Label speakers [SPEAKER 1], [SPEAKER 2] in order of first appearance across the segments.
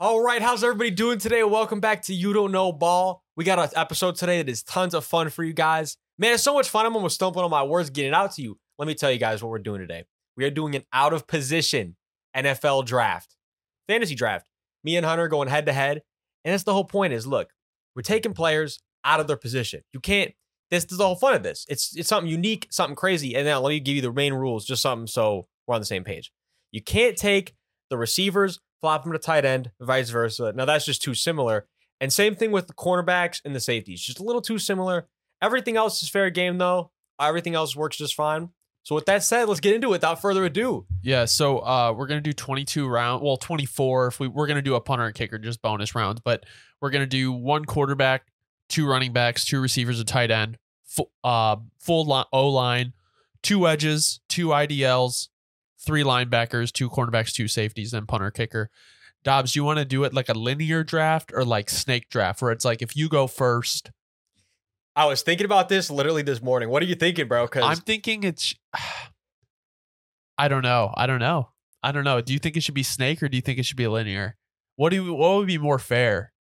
[SPEAKER 1] All right, how's everybody doing today? Welcome back to You Don't Know Ball. We got an episode today that is tons of fun for you guys. Man, it's so much fun. I'm almost stumbling on my words getting it out to you. Let me tell you guys what we're doing today. We are doing an out of position NFL draft, fantasy draft. Me and Hunter going head to head. And that's the whole point is look, we're taking players out of their position. You can't, this, this is the whole fun of this. It's, it's something unique, something crazy. And now let me give you the main rules, just something so we're on the same page. You can't take the receivers, flop them to tight end, vice versa. Now that's just too similar. And same thing with the cornerbacks and the safeties, just a little too similar. Everything else is fair game though. Everything else works just fine. So with that said, let's get into it without further ado.
[SPEAKER 2] Yeah, so uh, we're gonna do 22 round, well 24 if we we're gonna do a punter and kicker, just bonus rounds, but we're gonna do one quarterback, two running backs, two receivers, a tight end, full, uh, full li- O line, two edges, two IDLs, three linebackers, two cornerbacks, two safeties, then punter kicker. Dobbs, you want to do it like a linear draft or like snake draft, where it's like if you go first,
[SPEAKER 1] I was thinking about this literally this morning. What are you thinking, bro?
[SPEAKER 2] I'm
[SPEAKER 1] Because
[SPEAKER 2] thinking it's, I don't know, I don't know, I don't know. Do you think it should be snake or do you think it should be linear? What do you, what would be more fair?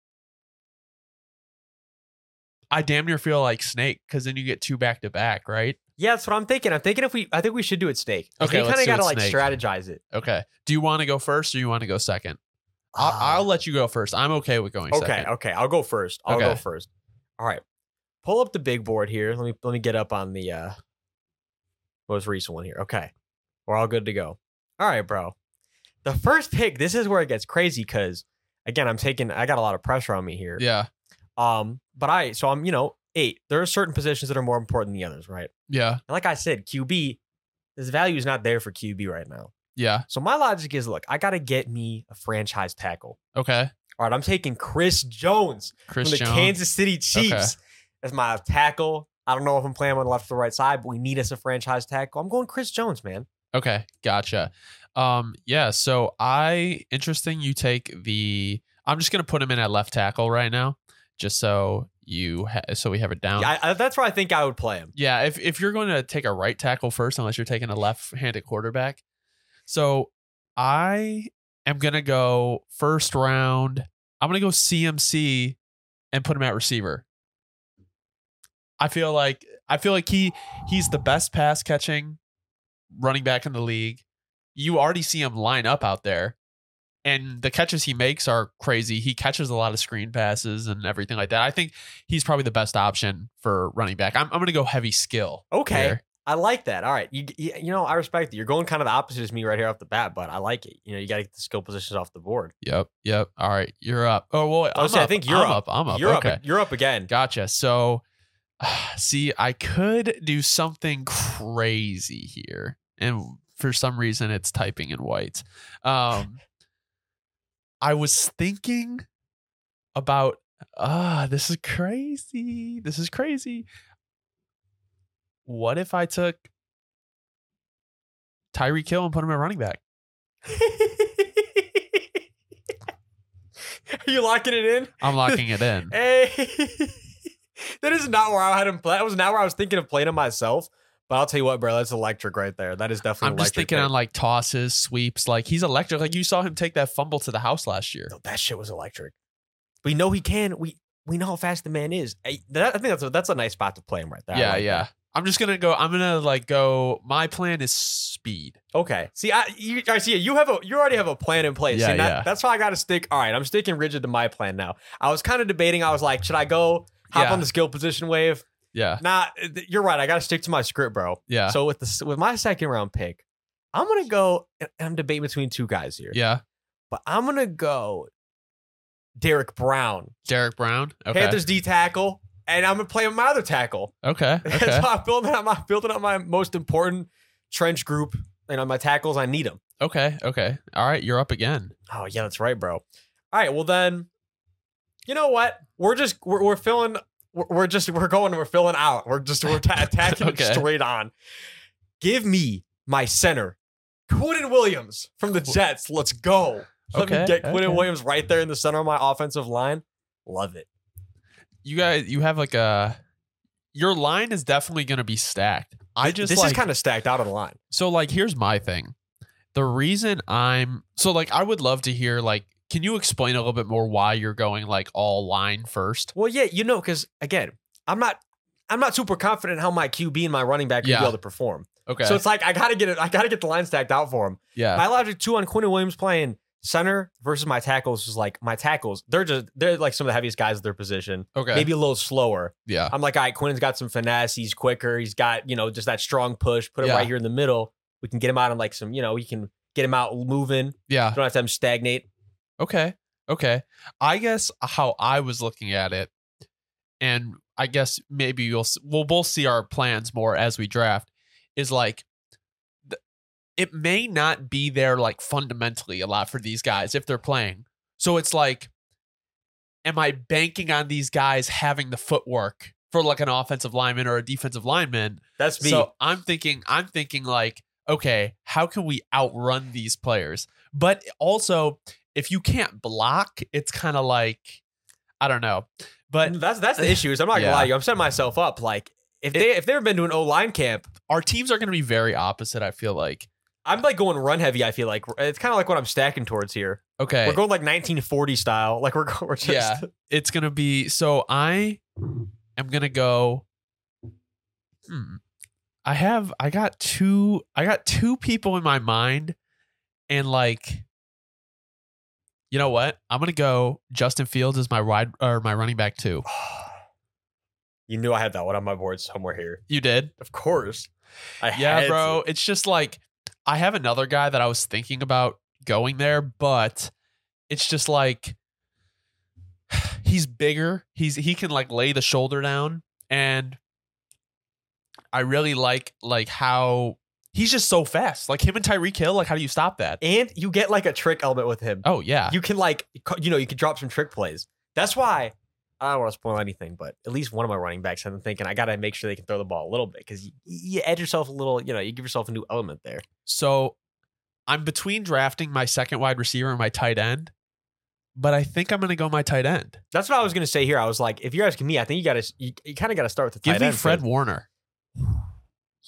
[SPEAKER 2] I damn near feel like snake because then you get two back to back, right?
[SPEAKER 1] yeah, that's what I'm thinking. I'm thinking if we, I think we should do it snake.
[SPEAKER 2] Okay,
[SPEAKER 1] we
[SPEAKER 2] let's
[SPEAKER 1] kind of
[SPEAKER 2] do it
[SPEAKER 1] gotta like
[SPEAKER 2] snake.
[SPEAKER 1] strategize it.
[SPEAKER 2] Okay. Do you want to go first or you want to go second? I-
[SPEAKER 1] Ah.
[SPEAKER 2] I'll let you go first. I'm okay with going
[SPEAKER 1] Okay,
[SPEAKER 2] second.
[SPEAKER 1] okay. I'll go first. I'll go
[SPEAKER 2] Okay.
[SPEAKER 1] first. All right. Pull up the big board here. Let me let me get up on the uh most recent one here. Okay. We're all good to go. All right, bro. The first pick, this is where it gets crazy because again, I'm taking I got a lot of pressure on me here.
[SPEAKER 2] Yeah.
[SPEAKER 1] Um, but I so I'm, you know, eight. There are certain positions that are more important than the others, right?
[SPEAKER 2] Yeah.
[SPEAKER 1] And like I said, QB, this value is not there for QB right now.
[SPEAKER 2] Yeah.
[SPEAKER 1] So my logic is look, I gotta get me a franchise tackle.
[SPEAKER 2] Okay.
[SPEAKER 1] All right, I'm taking Chris Jones
[SPEAKER 2] Chris
[SPEAKER 1] from the
[SPEAKER 2] Jones.
[SPEAKER 1] Kansas City Chiefs
[SPEAKER 2] Okay.
[SPEAKER 1] as my tackle. I don't know if I'm playing on the left or the right side, but we need us a franchise tackle. I'm going Chris Jones, man.
[SPEAKER 2] Okay, gotcha. Um, yeah, so I interesting you take the I'm just gonna put him in at left tackle right now, just so you ha- so we have it down. Yeah,
[SPEAKER 1] Yeah, I, I- that's where I think I would play him.
[SPEAKER 2] if if you're gonna take a right tackle first, unless you're taking a left handed quarterback. So I am gonna go first round. I'm gonna go CMC and put him at receiver. I feel like I feel like he he's the best pass catching running back in the league. You already see him line up out there. And the catches he makes are crazy. He catches a lot of screen passes and everything like that. I think he's probably the best option for running back. I'm, I'm going to go heavy skill.
[SPEAKER 1] Okay.
[SPEAKER 2] here.
[SPEAKER 1] I like that. All right, you, you you know I respect that. You're going kind of the opposite as me right here off the bat, but I like it. You know, you got to get the skill positions off the board.
[SPEAKER 2] Yep. Yep. All right. You're up. Oh, well,
[SPEAKER 1] Oh,
[SPEAKER 2] I'm
[SPEAKER 1] see,
[SPEAKER 2] up.
[SPEAKER 1] I think you're
[SPEAKER 2] I'm
[SPEAKER 1] up.
[SPEAKER 2] I'm up.
[SPEAKER 1] You're
[SPEAKER 2] okay.
[SPEAKER 1] up. You're up again.
[SPEAKER 2] Gotcha. So, see, I could do something crazy here, and for some reason, it's typing in white. Um, I was thinking about ah, this is crazy. This is crazy. What if I took Tyreek Hill and put him at running back?
[SPEAKER 1] Are you locking it in?
[SPEAKER 2] I'm locking it in.
[SPEAKER 1] Hey, that is not where I had him play. That was not where I was thinking of playing him myself. But I'll tell you what, bro, that's electric right there. That is definitely.
[SPEAKER 2] I'm just
[SPEAKER 1] electric
[SPEAKER 2] thinking
[SPEAKER 1] there.
[SPEAKER 2] on like tosses, sweeps. Like he's electric. Like you saw him take that fumble to the house last year.
[SPEAKER 1] No, that shit was electric. We know he can. We we know how fast the man is. I, that, I think that's a, that's a nice spot to play him right there. I
[SPEAKER 2] yeah,
[SPEAKER 1] like
[SPEAKER 2] yeah.
[SPEAKER 1] that.
[SPEAKER 2] I'm just gonna go. I'm gonna like go. My plan is speed.
[SPEAKER 1] Okay. See, I you, I see. You have a you already have a plan in place.
[SPEAKER 2] Yeah,
[SPEAKER 1] See, that-
[SPEAKER 2] yeah.
[SPEAKER 1] That's why I got to stick. All right, I'm sticking rigid to my plan now. I was kind of debating. I was like, should I go hop
[SPEAKER 2] Yeah.
[SPEAKER 1] on the skill position wave?
[SPEAKER 2] Yeah,
[SPEAKER 1] Nah, th- you're right. I got to stick to my script, bro.
[SPEAKER 2] yeah,
[SPEAKER 1] So with the with my second round pick, I'm gonna go. And I'm debating between two guys here,
[SPEAKER 2] yeah.
[SPEAKER 1] but I'm gonna go Derek Brown,
[SPEAKER 2] Derek Brown. Okay,
[SPEAKER 1] Panthers D tackle, and I'm gonna play him my other tackle.
[SPEAKER 2] okay, okay,
[SPEAKER 1] That's how I'm building up. I'm building up my most important trench group, and on my tackles, I need them.
[SPEAKER 2] okay, okay. All right, you're up again.
[SPEAKER 1] Oh yeah, that's right, bro. All right, well then, you know what? We're just we're, we're filling. We're, we're just we're going. We're filling out. We're just we're ta- attacking it
[SPEAKER 2] Okay.
[SPEAKER 1] straight on. Give me my center, Quinton Williams from the
[SPEAKER 2] Qu-
[SPEAKER 1] Jets. Let's go. Let me
[SPEAKER 2] Okay,
[SPEAKER 1] get Quinton
[SPEAKER 2] okay.
[SPEAKER 1] Williams right there in the center of my offensive line. Love it.
[SPEAKER 2] You guys, you have like a. Your line is definitely gonna be stacked. I just
[SPEAKER 1] this
[SPEAKER 2] like,
[SPEAKER 1] is kind of stacked out on the line.
[SPEAKER 2] So like here's my thing. The reason I'm so like I would love to hear like Can you explain a little bit more why you're going like all line first?
[SPEAKER 1] Well, yeah, you know, because again, I'm not I'm not super confident how my QB and my running back will
[SPEAKER 2] Yeah.
[SPEAKER 1] be able to perform.
[SPEAKER 2] Okay.
[SPEAKER 1] So it's like I gotta get it. I gotta get the line stacked out for him.
[SPEAKER 2] yeah.
[SPEAKER 1] My logic two on Quinn Williams playing center versus my tackles was like my tackles. They're just they're like some of the heaviest guys at their position.
[SPEAKER 2] okay.
[SPEAKER 1] Maybe a little slower.
[SPEAKER 2] yeah.
[SPEAKER 1] I'm like, all right, Quinn's got some finesse. He's quicker. He's got you know just that strong push. Put him
[SPEAKER 2] Yeah.
[SPEAKER 1] right here in the middle. We can get him out on like some you know we can get him out moving.
[SPEAKER 2] Yeah.
[SPEAKER 1] Don't have to have him stagnate.
[SPEAKER 2] Okay. Okay. I guess how I was looking at it, and I guess maybe you'll s- we'll both see our plans more as we draft. Is like, th- it may not be there like fundamentally a lot for these guys if they're playing. So it's like, am I banking on these guys having the footwork for like an offensive lineman or a defensive lineman?
[SPEAKER 1] That's me.
[SPEAKER 2] So I'm thinking, I'm thinking like, okay, how can we outrun these players? But also, if you can't block, it's kind of like, I don't know. But
[SPEAKER 1] that's that's the issue. Is I'm not gonna
[SPEAKER 2] Yeah.
[SPEAKER 1] lie to you. I'm setting myself up. Like if they if they've ever been to an O line camp,
[SPEAKER 2] our teams are going to be very opposite. I feel like
[SPEAKER 1] I'm like going run heavy. I feel like it's kind of like what I'm stacking towards here.
[SPEAKER 2] okay,
[SPEAKER 1] We're going like 1940 style. Like we're go- we're just
[SPEAKER 2] Yeah. it's going to be. So I am going to go. Hmm. I have I got two I got two people in my mind, and like, you know what? I'm gonna go Justin Fields is my wide or my running back too.
[SPEAKER 1] You knew I had that one on my board somewhere here.
[SPEAKER 2] You did?
[SPEAKER 1] Of course. I had
[SPEAKER 2] Yeah,
[SPEAKER 1] to.
[SPEAKER 2] bro. It's just like I have another guy that I was thinking about going there, but it's just like he's bigger. He's he can like lay the shoulder down and I really like like how he's just so fast. Like him and Tyreek Hill, like how do you stop that?
[SPEAKER 1] And you get like a trick element with him.
[SPEAKER 2] Oh yeah.
[SPEAKER 1] You can like co- you know, you can drop some trick plays. That's why I don't want to spoil anything, but at least one of my running backs I'm thinking I gotta make sure they can throw the ball a little bit because you, you add yourself a little, you know, you give yourself a new element there.
[SPEAKER 2] So I'm between drafting my second wide receiver and my tight end, but I think I'm gonna go my tight end.
[SPEAKER 1] That's what I was gonna say here. I was like, if you're asking me, I think you gotta you, you kinda gotta start with the
[SPEAKER 2] Give
[SPEAKER 1] tight
[SPEAKER 2] me
[SPEAKER 1] end
[SPEAKER 2] Fred
[SPEAKER 1] first.
[SPEAKER 2] Warner.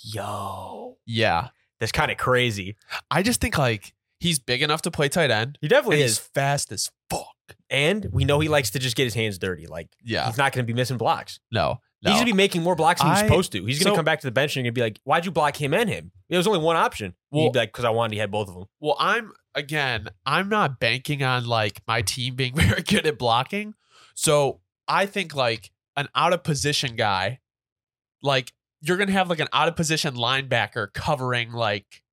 [SPEAKER 1] Yo.
[SPEAKER 2] Yeah.
[SPEAKER 1] That's kind of crazy.
[SPEAKER 2] I just think like he's big enough to play tight end.
[SPEAKER 1] He
[SPEAKER 2] And
[SPEAKER 1] definitely
[SPEAKER 2] he's
[SPEAKER 1] is.
[SPEAKER 2] fast as fuck.
[SPEAKER 1] And we know he likes to just get his hands dirty. Like
[SPEAKER 2] Yeah.
[SPEAKER 1] he's not gonna be missing blocks.
[SPEAKER 2] No. Ah. No.
[SPEAKER 1] He's gonna be making more blocks than he's
[SPEAKER 2] I-
[SPEAKER 1] supposed to. He's gonna
[SPEAKER 2] so-
[SPEAKER 1] come back to the bench and you're gonna be like, "Why'd you block him and him? There was only one option."
[SPEAKER 2] Well-
[SPEAKER 1] He'd be like, "Because I wanted to have both of them."
[SPEAKER 2] well, I'm again, I'm not banking on like my team being very good at blocking. So I think like an out of position guy, like you're gonna have like an out of position linebacker covering like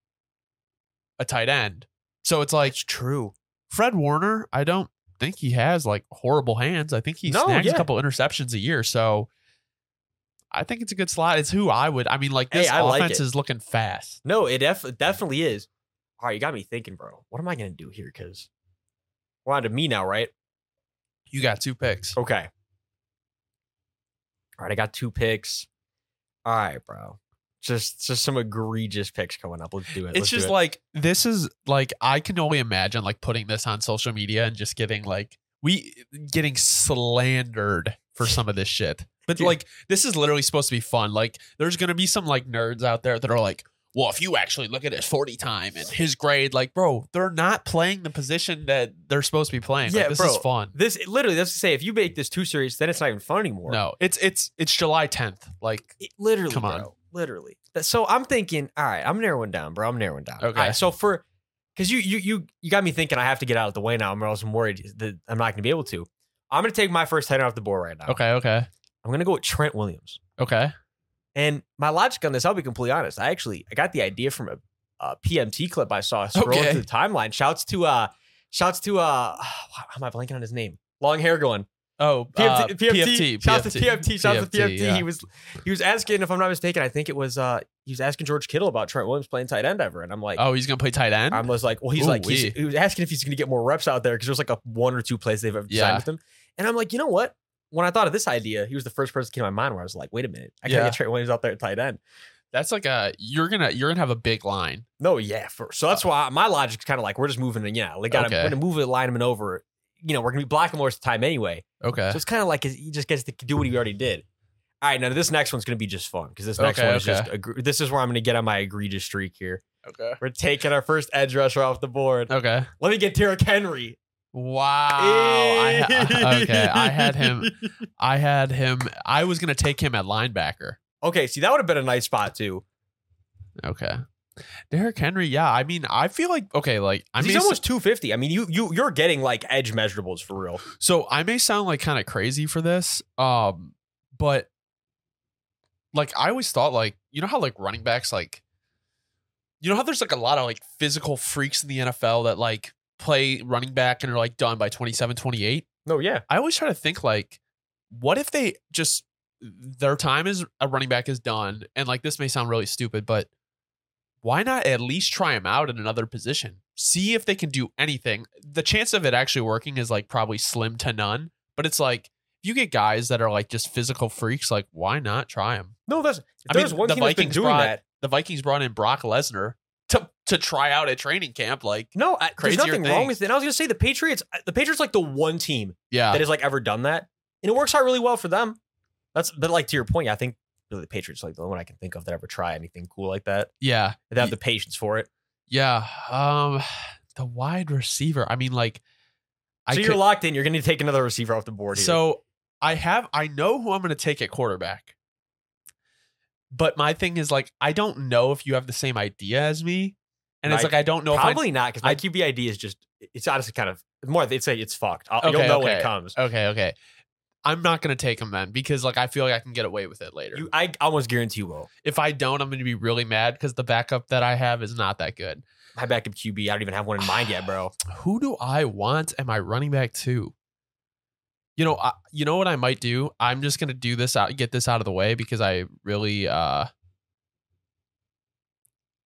[SPEAKER 2] a tight end. So it's like
[SPEAKER 1] true.
[SPEAKER 2] Fred Warner, I don't think he has like horrible hands. I think he
[SPEAKER 1] No,
[SPEAKER 2] snags
[SPEAKER 1] yeah.
[SPEAKER 2] a couple interceptions a year. So I think it's a good slot. It's who I would. I mean, like
[SPEAKER 1] Hey,
[SPEAKER 2] this
[SPEAKER 1] I like
[SPEAKER 2] offense
[SPEAKER 1] it.
[SPEAKER 2] is looking fast.
[SPEAKER 1] No, it def- definitely is. All right, you got me thinking, bro. What am I gonna do here? Because we're on to me now, right?
[SPEAKER 2] You got two picks.
[SPEAKER 1] Okay. All right, I got two picks. All right, bro. Just just some egregious picks coming up. Let's do it.
[SPEAKER 2] It's
[SPEAKER 1] Let's do
[SPEAKER 2] just
[SPEAKER 1] it.
[SPEAKER 2] like this is like I can only imagine like putting this on social media and just getting like we getting slandered for some of this shit. But
[SPEAKER 1] Dude.
[SPEAKER 2] like this is literally supposed to be fun. Like there's gonna be some like nerds out there that are like, well, if you actually look at his 40 time and his grade, like, bro, they're not playing the position that they're supposed to be playing.
[SPEAKER 1] Yeah,
[SPEAKER 2] like, this
[SPEAKER 1] bro.
[SPEAKER 2] is fun.
[SPEAKER 1] this. Literally, that's to say, if you make this too serious, then it's not even fun anymore.
[SPEAKER 2] No, it's it's it's July 10th. Like,
[SPEAKER 1] It, literally,
[SPEAKER 2] Come on.
[SPEAKER 1] bro. Literally. That- So I'm thinking, all right, I'm narrowing down, bro. I'm narrowing down. All
[SPEAKER 2] Okay.
[SPEAKER 1] right, so for because you you you you got me thinking, I have to get out of the way now, or else I'm worried that I'm not going to be able to. I'm going to take my first header off the board right now.
[SPEAKER 2] okay, okay,
[SPEAKER 1] I'm going to go with Trent Williams.
[SPEAKER 2] okay.
[SPEAKER 1] And my logic on this, I'll be completely honest. I actually I got the idea from a, a PMT clip I saw scrolling
[SPEAKER 2] Okay.
[SPEAKER 1] through the timeline. Shouts to uh, shouts to uh, how am I blanking on his name? Long hair going.
[SPEAKER 2] Oh,
[SPEAKER 1] PMT,
[SPEAKER 2] uh,
[SPEAKER 1] PMT, shouts to PMT, shouts to PMT.
[SPEAKER 2] yeah.
[SPEAKER 1] He was he was asking, if I'm not mistaken, I think it was uh he was asking George Kittle about Trent Williams playing tight end ever, and I'm like,
[SPEAKER 2] Oh, he's gonna play tight end.
[SPEAKER 1] I'm just like, well, he's like, he's,
[SPEAKER 2] Ooh-wee.
[SPEAKER 1] he was asking if he's going to get more reps out there because there's like a one or two plays they've ever designed
[SPEAKER 2] Yeah.
[SPEAKER 1] with him, and I'm like, you know what? When I thought of this idea, he was the first person that came to my mind where I was like, wait a minute, I gotta
[SPEAKER 2] Yeah.
[SPEAKER 1] get Trent Williams out there at tight end.
[SPEAKER 2] That's like a you're gonna you're gonna have a big line.
[SPEAKER 1] No, yeah, for, so that's why my logic's kind of like we're just moving, and yeah, like gotta,
[SPEAKER 2] Oh. Okay.
[SPEAKER 1] we're gonna move the lineman over. You know, we're gonna be blocking most of the time anyway.
[SPEAKER 2] Okay.
[SPEAKER 1] So it's kind of like he just gets to do what he already did. All right, now this next one's gonna be just fun because this next
[SPEAKER 2] Okay,
[SPEAKER 1] one is
[SPEAKER 2] okay.
[SPEAKER 1] just egre- this is where I'm gonna get on my egregious streak here.
[SPEAKER 2] Okay. Uh,
[SPEAKER 1] We're taking our first edge rusher off the board.
[SPEAKER 2] Okay.
[SPEAKER 1] Let me get Derrick Henry.
[SPEAKER 2] Wow. Oh, I ha- okay, I had him. I had him. I was gonna take him at linebacker.
[SPEAKER 1] Okay, see, that would have been a nice spot too.
[SPEAKER 2] Okay. Derrick Henry, yeah. I mean, I feel like okay, like I mean,
[SPEAKER 1] he's almost 250. I mean, you you you're getting like edge measurables for real.
[SPEAKER 2] So I may sound like kind of crazy for this, um, but like I always thought, like you know how like running backs, like you know how there's like a lot of like physical freaks in the NFL that like play running back and are like done by 27, 28.
[SPEAKER 1] No, yeah.
[SPEAKER 2] I always try to think like, what if they just their time as a running back is done, and like this may sound really stupid, but why not at least try him out in another position? See if they can do anything. The chance of it actually working is like probably slim to none, but it's like if you get guys that are like just physical freaks, like why not try them?
[SPEAKER 1] No, that's
[SPEAKER 2] I mean,
[SPEAKER 1] there's one
[SPEAKER 2] the
[SPEAKER 1] team that's been
[SPEAKER 2] Vikings
[SPEAKER 1] doing
[SPEAKER 2] brought-
[SPEAKER 1] that.
[SPEAKER 2] The Vikings brought in Brock Lesnar to to try out at training camp, like
[SPEAKER 1] No, I, there's
[SPEAKER 2] Crazier
[SPEAKER 1] nothing wrong
[SPEAKER 2] things. Ah.
[SPEAKER 1] with it. And I was gonna say the Patriots. uh, The Patriots like the one team
[SPEAKER 2] yeah,
[SPEAKER 1] that has like ever done that, and it works out really well for them. That's but like to your point, I think really the Patriots are, like the only one I can think of that ever try anything cool like that.
[SPEAKER 2] yeah,
[SPEAKER 1] They have the patience for it.
[SPEAKER 2] yeah. Um, the wide receiver. I mean, like,
[SPEAKER 1] So you're locked in. You're gonna take another receiver off the board. Here.
[SPEAKER 2] So I have I know who I'm going to take at quarterback. But my thing is like I don't know if you have the same idea as me, and it's
[SPEAKER 1] Like,
[SPEAKER 2] like I don't know
[SPEAKER 1] probably not because my
[SPEAKER 2] I-
[SPEAKER 1] QB ID is just it's honestly kind of more. It's a, it's fucked. I'll,
[SPEAKER 2] Okay,
[SPEAKER 1] you'll know when it
[SPEAKER 2] okay.
[SPEAKER 1] comes.
[SPEAKER 2] if I. Okay, okay. I'm not going to take him then because like I feel like I can get away with it later.
[SPEAKER 1] You, I almost guarantee you will.
[SPEAKER 2] if I don't, I'm going to be really mad because the backup that I have is not that good.
[SPEAKER 1] My backup QB. I don't even have one in mind yet, bro.
[SPEAKER 2] Who do I want? Am I running back to? You know, I, you know what I might do. I'm just going to do this out, get this out of the way because I really, uh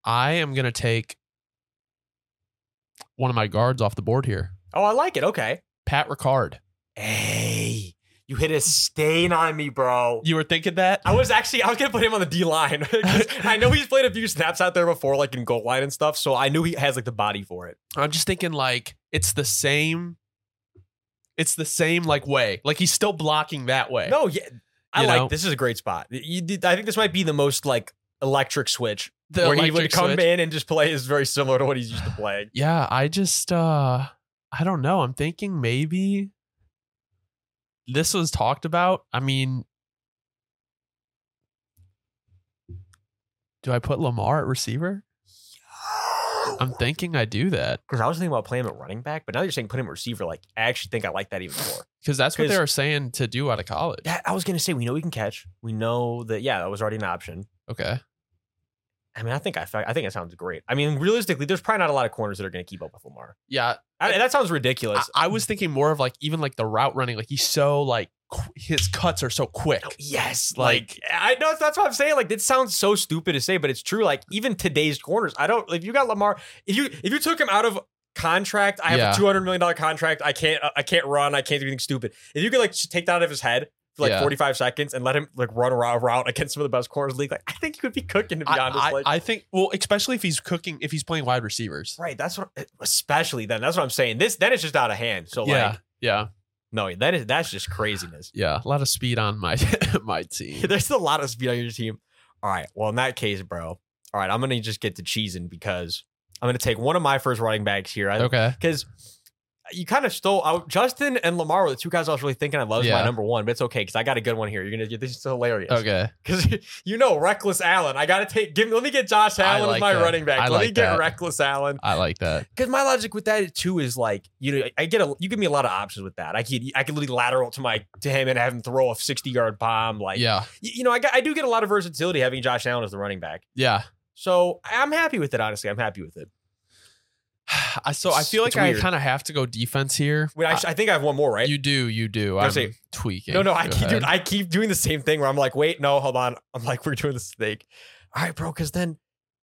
[SPEAKER 2] I am going to take one of my guards off the board here.
[SPEAKER 1] Oh, I like it. Okay.
[SPEAKER 2] Pat Ricard.
[SPEAKER 1] Hey, you hit a stain on me, bro.
[SPEAKER 2] You were thinking that?
[SPEAKER 1] I was actually I was gonna put him on the D line. 'Cause I know he's played a few snaps out there before, like in goal line and stuff. So I knew he has like the body for it.
[SPEAKER 2] I'm just thinking like it's the same. It's the same like way. Like he's still blocking that way.
[SPEAKER 1] No, yeah, I
[SPEAKER 2] You
[SPEAKER 1] like
[SPEAKER 2] know?
[SPEAKER 1] this is a great spot. You did- I think this might be the most like electric switch
[SPEAKER 2] the
[SPEAKER 1] where he would
[SPEAKER 2] electric
[SPEAKER 1] come
[SPEAKER 2] switch.
[SPEAKER 1] in and just play is very similar to what he's used to playing.
[SPEAKER 2] yeah i just uh i don't know i'm thinking maybe this was talked about i mean do i put lamar at receiver i'm thinking i do that
[SPEAKER 1] Because I was thinking about playing him at running back, but now you're saying put him at receiver. Like I actually think I like that even more.
[SPEAKER 2] because that's what they
[SPEAKER 1] 'Cause-
[SPEAKER 2] were saying to do out of college
[SPEAKER 1] That, I was gonna say we know he can catch. We know that yeah, that was already an option.
[SPEAKER 2] okay
[SPEAKER 1] I mean, I think I, I think it sounds great. I mean, realistically, there's probably not a lot of corners that are going to keep up with Lamar.
[SPEAKER 2] yeah
[SPEAKER 1] I, that sounds
[SPEAKER 2] I,
[SPEAKER 1] ridiculous.
[SPEAKER 2] I was thinking more of like even like the route running like he's so like qu- his cuts are so quick
[SPEAKER 1] yes,
[SPEAKER 2] like-
[SPEAKER 1] like, I know that's what I'm saying. Like it sounds so stupid to say, but it's true. Like even today's corners, I don't. If you got Lamar, if you if you took him out of contract, I have
[SPEAKER 2] Yeah.
[SPEAKER 1] a 200 million dollar contract. I can't I can't run. I can't do anything stupid. If you could like just take that out of his head. For like
[SPEAKER 2] Yeah.
[SPEAKER 1] 45 seconds and let him like run around route against some of the best corners in the league. Like I think you could be cooking to be
[SPEAKER 2] I,
[SPEAKER 1] honest.
[SPEAKER 2] I-
[SPEAKER 1] like,
[SPEAKER 2] I think well especially if he's cooking if he's playing wide receivers
[SPEAKER 1] right. That's what especially then. That's what I'm saying. This then it's just out of hand. So like
[SPEAKER 2] yeah yeah
[SPEAKER 1] No, that is that's just craziness.
[SPEAKER 2] Yeah, a lot of speed on my my team.
[SPEAKER 1] There's a lot of speed on your team. All right. Well, in that case, bro. All right, I'm gonna just get to cheesing because I'm gonna take one of my first running backs here
[SPEAKER 2] Okay.
[SPEAKER 1] because you kind of stole out Justin and Lamar were the two guys I was really thinking I love as
[SPEAKER 2] Yeah.
[SPEAKER 1] my number one, but it's okay because I got a good one here. You're gonna get this is hilarious
[SPEAKER 2] Okay.
[SPEAKER 1] because you know reckless Allen. I gotta take give me let me get Josh Allen
[SPEAKER 2] like
[SPEAKER 1] as my
[SPEAKER 2] that.
[SPEAKER 1] running back.
[SPEAKER 2] I
[SPEAKER 1] let me
[SPEAKER 2] like
[SPEAKER 1] get
[SPEAKER 2] that.
[SPEAKER 1] reckless Allen.
[SPEAKER 2] I like that.
[SPEAKER 1] Because my logic with that too is like, you know, I get a you give me a lot of options with that. I could I could literally lateral to my to him and have him throw a sixty yard bomb. Like,
[SPEAKER 2] yeah.
[SPEAKER 1] y- you know, I got, I do get a lot of versatility having Josh Allen as the running back.
[SPEAKER 2] Yeah.
[SPEAKER 1] So I'm happy with it. Honestly, I'm happy with it.
[SPEAKER 2] I- So I
[SPEAKER 1] It's-
[SPEAKER 2] feel like
[SPEAKER 1] it's
[SPEAKER 2] I
[SPEAKER 1] weird.
[SPEAKER 2] kind of have to go defense here.
[SPEAKER 1] Wait, I, I think I have one more, right?
[SPEAKER 2] you do, you do.
[SPEAKER 1] I
[SPEAKER 2] I'm
[SPEAKER 1] was saying-
[SPEAKER 2] tweaking.
[SPEAKER 1] no, no,
[SPEAKER 2] Go
[SPEAKER 1] I keep
[SPEAKER 2] ahead.
[SPEAKER 1] dude, I keep doing the same thing where I'm like, wait, no, hold on. I'm like, we're doing this thing. All right, bro. Because then,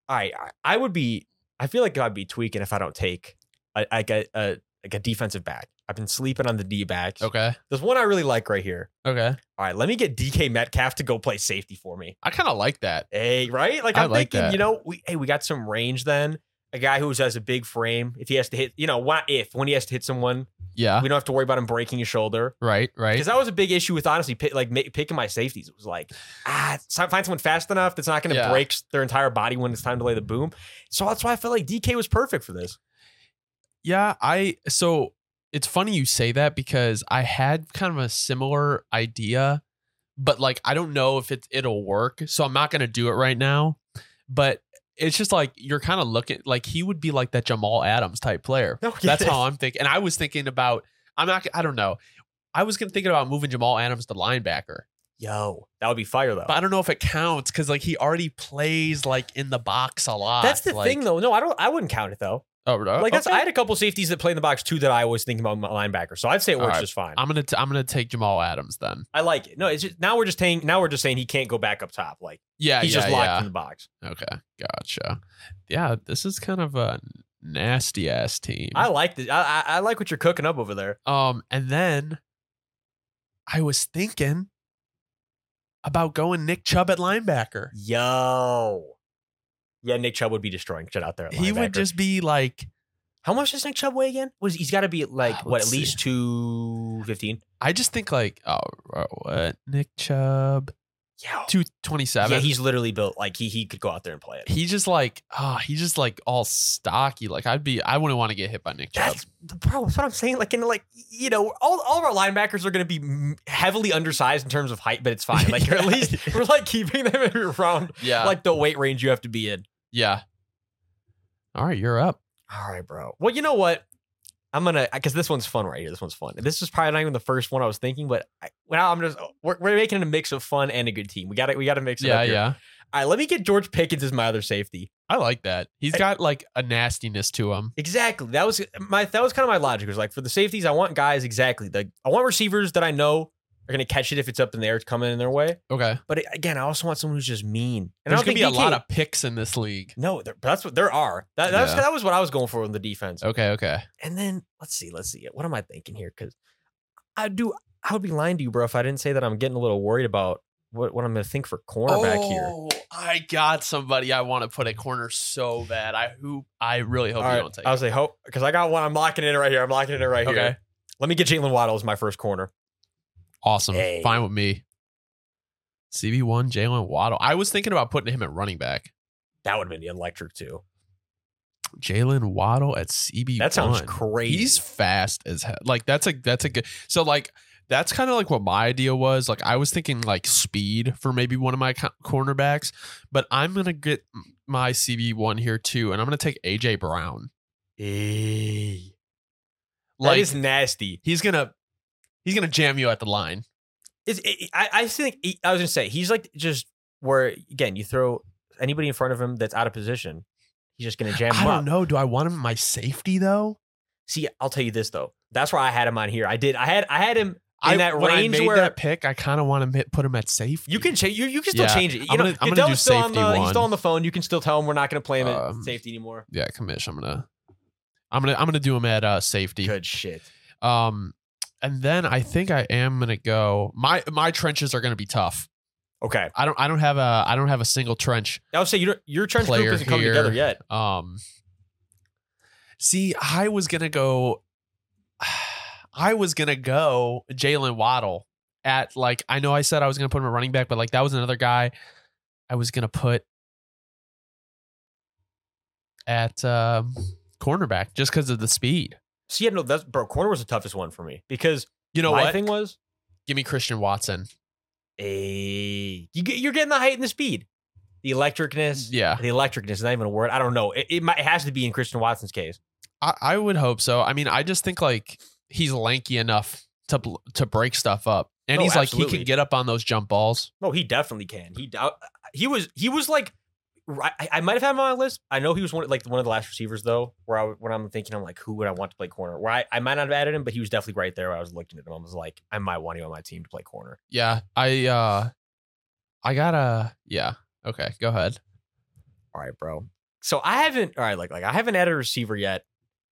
[SPEAKER 1] all right, I, I would be. I feel like I'd be tweaking if I don't take a- like a, a like a defensive back. I've been sleeping on the D backs.
[SPEAKER 2] okay.
[SPEAKER 1] There's one I really like right here.
[SPEAKER 2] Okay.
[SPEAKER 1] all right, let me get DK Metcalf to go play safety for me.
[SPEAKER 2] I kind of like that.
[SPEAKER 1] Hey, Eh, right? Like
[SPEAKER 2] I
[SPEAKER 1] I'm
[SPEAKER 2] like
[SPEAKER 1] thinking,
[SPEAKER 2] that.
[SPEAKER 1] you know, we hey, we got some range then. A guy who has a big frame. If he has to hit, you know, what if when he has to hit someone,
[SPEAKER 2] Yeah.
[SPEAKER 1] we don't have to worry about him breaking his shoulder.
[SPEAKER 2] Right. Uh. Right.
[SPEAKER 1] Because that was a big issue with honestly, pick, like ma- picking my safeties. It was like, ah, so- find someone fast enough that's not going to
[SPEAKER 2] Yeah.
[SPEAKER 1] break their entire body when it's time to lay the boom. So that's why I felt like DK was perfect for this.
[SPEAKER 2] Yeah. I. So it's funny you say that because I had kind of a similar idea, but like I don't know if it it'll work, so I'm not gonna do it right now. But it's just like you're kind of looking like he would be like that Jamal Adams type player.
[SPEAKER 1] No,
[SPEAKER 2] That's how I'm thinking. And I was thinking about I'm not I don't know. I was gonna thinking about moving Jamal Adams to linebacker,
[SPEAKER 1] Yo, that would be fire though.
[SPEAKER 2] but I don't know if it counts because like he already plays like in the box a lot.
[SPEAKER 1] That's the
[SPEAKER 2] like-
[SPEAKER 1] thing though. No, I don't. I wouldn't count it though.
[SPEAKER 2] Oh, no?
[SPEAKER 1] Like that's.
[SPEAKER 2] Okay.
[SPEAKER 1] I had a couple safeties that play in the box too that I was thinking about my linebacker. So I'd say it
[SPEAKER 2] All
[SPEAKER 1] works
[SPEAKER 2] right.
[SPEAKER 1] just fine. i
[SPEAKER 2] I'm gonna t- I'm gonna take Jamal Adams then.
[SPEAKER 1] like it. No, it's just now we're just saying now we're just saying he can't go back up top. Like
[SPEAKER 2] Yeah,
[SPEAKER 1] he's
[SPEAKER 2] yeah,
[SPEAKER 1] just locked
[SPEAKER 2] yeah.
[SPEAKER 1] in the box.
[SPEAKER 2] Okay, gotcha. Yeah, this is kind of a nasty ass team.
[SPEAKER 1] I like this. I, I I like what you're cooking up over there.
[SPEAKER 2] um, and then I was thinking about going Nick Chubb at linebacker.
[SPEAKER 1] Yo. Yeah, Nick Chubb would be destroying shit out there. At
[SPEAKER 2] He
[SPEAKER 1] linebacker.
[SPEAKER 2] would just be like,
[SPEAKER 1] How much does Nick Chubb weigh again? Was he's got to be like
[SPEAKER 2] Uh,
[SPEAKER 1] what? At
[SPEAKER 2] let's
[SPEAKER 1] least two fifteen.
[SPEAKER 2] I just think like, oh, uh, what Nick Chubb
[SPEAKER 1] Yeah.
[SPEAKER 2] two twenty
[SPEAKER 1] Yeah,
[SPEAKER 2] seven.
[SPEAKER 1] he's literally built like he he could go out there and play it.
[SPEAKER 2] He's just like, oh, he's just like all stocky. Like I'd be, I wouldn't want to get hit by Nick Chubb.
[SPEAKER 1] That's bro. That's what I'm saying. Like, in like you know, all, all of our linebackers are going to be m- heavily undersized in terms of height, but it's fine. Like, or at
[SPEAKER 2] Yeah.
[SPEAKER 1] least we're like keeping them around
[SPEAKER 2] Yeah,
[SPEAKER 1] like the weight range you have to be in.
[SPEAKER 2] yeah. All right, you're up.
[SPEAKER 1] All right, bro. Well, you know what? I'm gonna because this one's fun right here. This one's fun. This is probably not even the first one I was thinking, but I, now I'm just we're, we're making it a mix of fun and a good team. We got to we got to mix it
[SPEAKER 2] Yeah,
[SPEAKER 1] up. here.
[SPEAKER 2] yeah.
[SPEAKER 1] All right, let me get George Pickens as my other safety.
[SPEAKER 2] I like that. He's
[SPEAKER 1] I-
[SPEAKER 2] got like a nastiness to him.
[SPEAKER 1] Exactly. That was my that was kind of my logic. It was like for the safeties, I want guys exactly like I want receivers that I know are gonna catch it if it's up in the air, it's coming in their way.
[SPEAKER 2] Okay.
[SPEAKER 1] But it- again, I also want someone who's just mean. And I
[SPEAKER 2] There's
[SPEAKER 1] don't
[SPEAKER 2] gonna
[SPEAKER 1] think
[SPEAKER 2] be a
[SPEAKER 1] DK
[SPEAKER 2] lot of picks in this league.
[SPEAKER 1] no. There, that's what there are. That that's,
[SPEAKER 2] Yeah.
[SPEAKER 1] that was what I was going for in the defense.
[SPEAKER 2] Okay, okay.
[SPEAKER 1] And then let's see, let's see. What am I thinking here? Because I do. I would be lying to you, bro, if I didn't say that I'm getting a little worried about what, what I'm gonna think for cornerback
[SPEAKER 2] Oh,
[SPEAKER 1] here.
[SPEAKER 2] I got somebody I want to put at corner so bad. I hope I really hope
[SPEAKER 1] All
[SPEAKER 2] you
[SPEAKER 1] right,
[SPEAKER 2] don't take
[SPEAKER 1] I was like, hope because I got one. I'm locking in right here. I'm locking in right
[SPEAKER 2] it.
[SPEAKER 1] here.
[SPEAKER 2] Okay.
[SPEAKER 1] Let me get Jalen Waddle as my first corner.
[SPEAKER 2] Awesome.
[SPEAKER 1] Hey.
[SPEAKER 2] Fine with me. CB one, Jalen Waddle. I was thinking about putting him at running back.
[SPEAKER 1] That would have been electric too.
[SPEAKER 2] Jalen Waddle at CB.
[SPEAKER 1] That sounds
[SPEAKER 2] one.
[SPEAKER 1] crazy.
[SPEAKER 2] He's fast as hell. Like that's a that's a good. So like that's kind of like what my idea was. Like I was thinking like speed for maybe one of my co- cornerbacks, but I'm gonna get my CB one here too, and I'm gonna take AJ Brown.
[SPEAKER 1] Eey. that
[SPEAKER 2] Like
[SPEAKER 1] is nasty.
[SPEAKER 2] he's gonna he's gonna jam you at the line.
[SPEAKER 1] It's, it, I, I think I was gonna say he's like just where again you throw anybody in front of him that's out of position, he's just gonna jam
[SPEAKER 2] I
[SPEAKER 1] him up.
[SPEAKER 2] don't know. Do I want him in my safety though?
[SPEAKER 1] See, I'll tell you this though. That's where I had him on here. I did. I had. I had him.
[SPEAKER 2] I
[SPEAKER 1] that
[SPEAKER 2] when I
[SPEAKER 1] range
[SPEAKER 2] made
[SPEAKER 1] where-
[SPEAKER 2] that pick, I kind of want to put him at safety.
[SPEAKER 1] You can change. You, you can still
[SPEAKER 2] Yeah,
[SPEAKER 1] change it. You
[SPEAKER 2] I'm
[SPEAKER 1] know,
[SPEAKER 2] gonna- I'm gonna
[SPEAKER 1] Goodell's
[SPEAKER 2] do
[SPEAKER 1] still on
[SPEAKER 2] safety
[SPEAKER 1] the, He's
[SPEAKER 2] one.
[SPEAKER 1] still on the phone. You can still tell him we're not going to play him
[SPEAKER 2] Um,
[SPEAKER 1] at safety anymore.
[SPEAKER 2] yeah, commish. I'm gonna I'm gonna I'm gonna do him at uh, safety.
[SPEAKER 1] Good shit.
[SPEAKER 2] Um, and then I think I am gonna go. My my trenches are gonna be tough.
[SPEAKER 1] Okay,
[SPEAKER 2] I don't I don't have a I don't have a single trench.
[SPEAKER 1] I would say your your trench group
[SPEAKER 2] Player
[SPEAKER 1] isn't coming
[SPEAKER 2] here.
[SPEAKER 1] together yet.
[SPEAKER 2] Um, see, I was gonna go. I was gonna go Jalen Waddle at like I know I said I was gonna put him at running back, but like that was another guy I was gonna put at um cornerback just because of the speed.
[SPEAKER 1] See, yeah, no, that's bro. Corner was the toughest one for me because
[SPEAKER 2] You know
[SPEAKER 1] my
[SPEAKER 2] what?
[SPEAKER 1] thing was
[SPEAKER 2] Give me Christian Watson.
[SPEAKER 1] a eh, you get, you're getting the height and the speed, the electricness.
[SPEAKER 2] Yeah.
[SPEAKER 1] The electricness is not even a word. I don't know. It, it, might, it has to be in Christian Watson's case.
[SPEAKER 2] I, I would hope so. I mean, I just think like he's lanky enough to bl- to break stuff up, and
[SPEAKER 1] No,
[SPEAKER 2] he's like he
[SPEAKER 1] absolutely.
[SPEAKER 2] can get up on those jump balls.
[SPEAKER 1] No, he definitely can. He I- he was he was like I, I might have had him on my list. I know he was one like one of the last receivers though. Where I when I'm thinking I'm like who would I want to play corner? Where I, I might not have added him, but he was definitely right there. Where I was looking at him, I was like I might want him on my team to play corner.
[SPEAKER 2] Yeah, I uh, I gotta yeah. Okay, go ahead.
[SPEAKER 1] All right, bro. So I haven't all right like like I haven't added a receiver yet.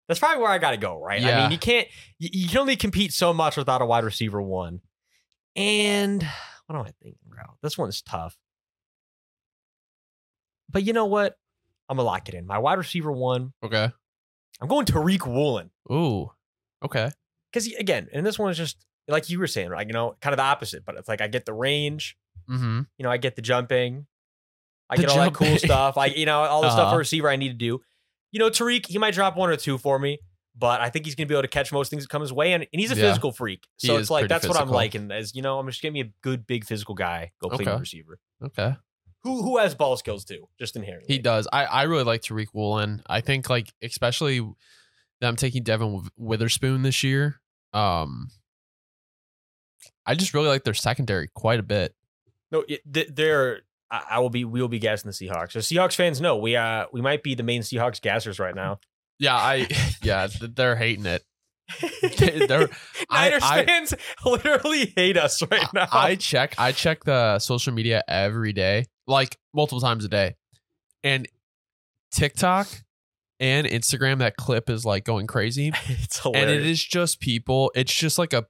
[SPEAKER 1] That's probably where I got to go. Right? I
[SPEAKER 2] Yeah.
[SPEAKER 1] mean you can't you, you can only compete so much without a wide receiver one. And what am I thinking, bro? This one's tough. But you know what? I'm gonna lock it in. My wide receiver one.
[SPEAKER 2] Okay.
[SPEAKER 1] I'm going Tariq Woolen
[SPEAKER 2] Ooh. Okay.
[SPEAKER 1] because again, and this one is just like you were saying, right? You know, kind of the opposite. But it's like I get the range.
[SPEAKER 2] Mm-hmm.
[SPEAKER 1] You know, I get the jumping. I
[SPEAKER 2] The
[SPEAKER 1] get all that cool
[SPEAKER 2] jumping.
[SPEAKER 1] stuff. I, you know, all the stuff
[SPEAKER 2] Uh-huh.
[SPEAKER 1] for receiver I need to do. You know, Tariq, he might drop one or two for me, but I think he's gonna be able to catch most things that come his way, and, and he's a
[SPEAKER 2] Yeah.
[SPEAKER 1] physical freak.
[SPEAKER 2] He
[SPEAKER 1] So
[SPEAKER 2] is
[SPEAKER 1] it's like
[SPEAKER 2] pretty
[SPEAKER 1] that's what I'm
[SPEAKER 2] physical.
[SPEAKER 1] liking. As you know, I'm just gonna be a good big physical guy. Go play
[SPEAKER 2] Okay.
[SPEAKER 1] the receiver.
[SPEAKER 2] Okay.
[SPEAKER 1] Who who has ball skills too? Just inherently.
[SPEAKER 2] He does. I, I really like Tariq Woolen. I think like especially that I'm taking Devin Witherspoon this year. Um I just really like their secondary quite a bit.
[SPEAKER 1] No, it, th- they're. I, I will be. We will be gassing the Seahawks. So Seahawks fans know we uh we might be the main Seahawks gassers right now.
[SPEAKER 2] Yeah, I yeah, th- they're hating it. They're- I-
[SPEAKER 1] Niners
[SPEAKER 2] I-
[SPEAKER 1] fans literally hate us right now.
[SPEAKER 2] I check I check the social media every day, like multiple times a day. And TikTok and Instagram, that clip is like going crazy.
[SPEAKER 1] it's
[SPEAKER 2] and
[SPEAKER 1] hilarious.
[SPEAKER 2] it is just people. It's just like a,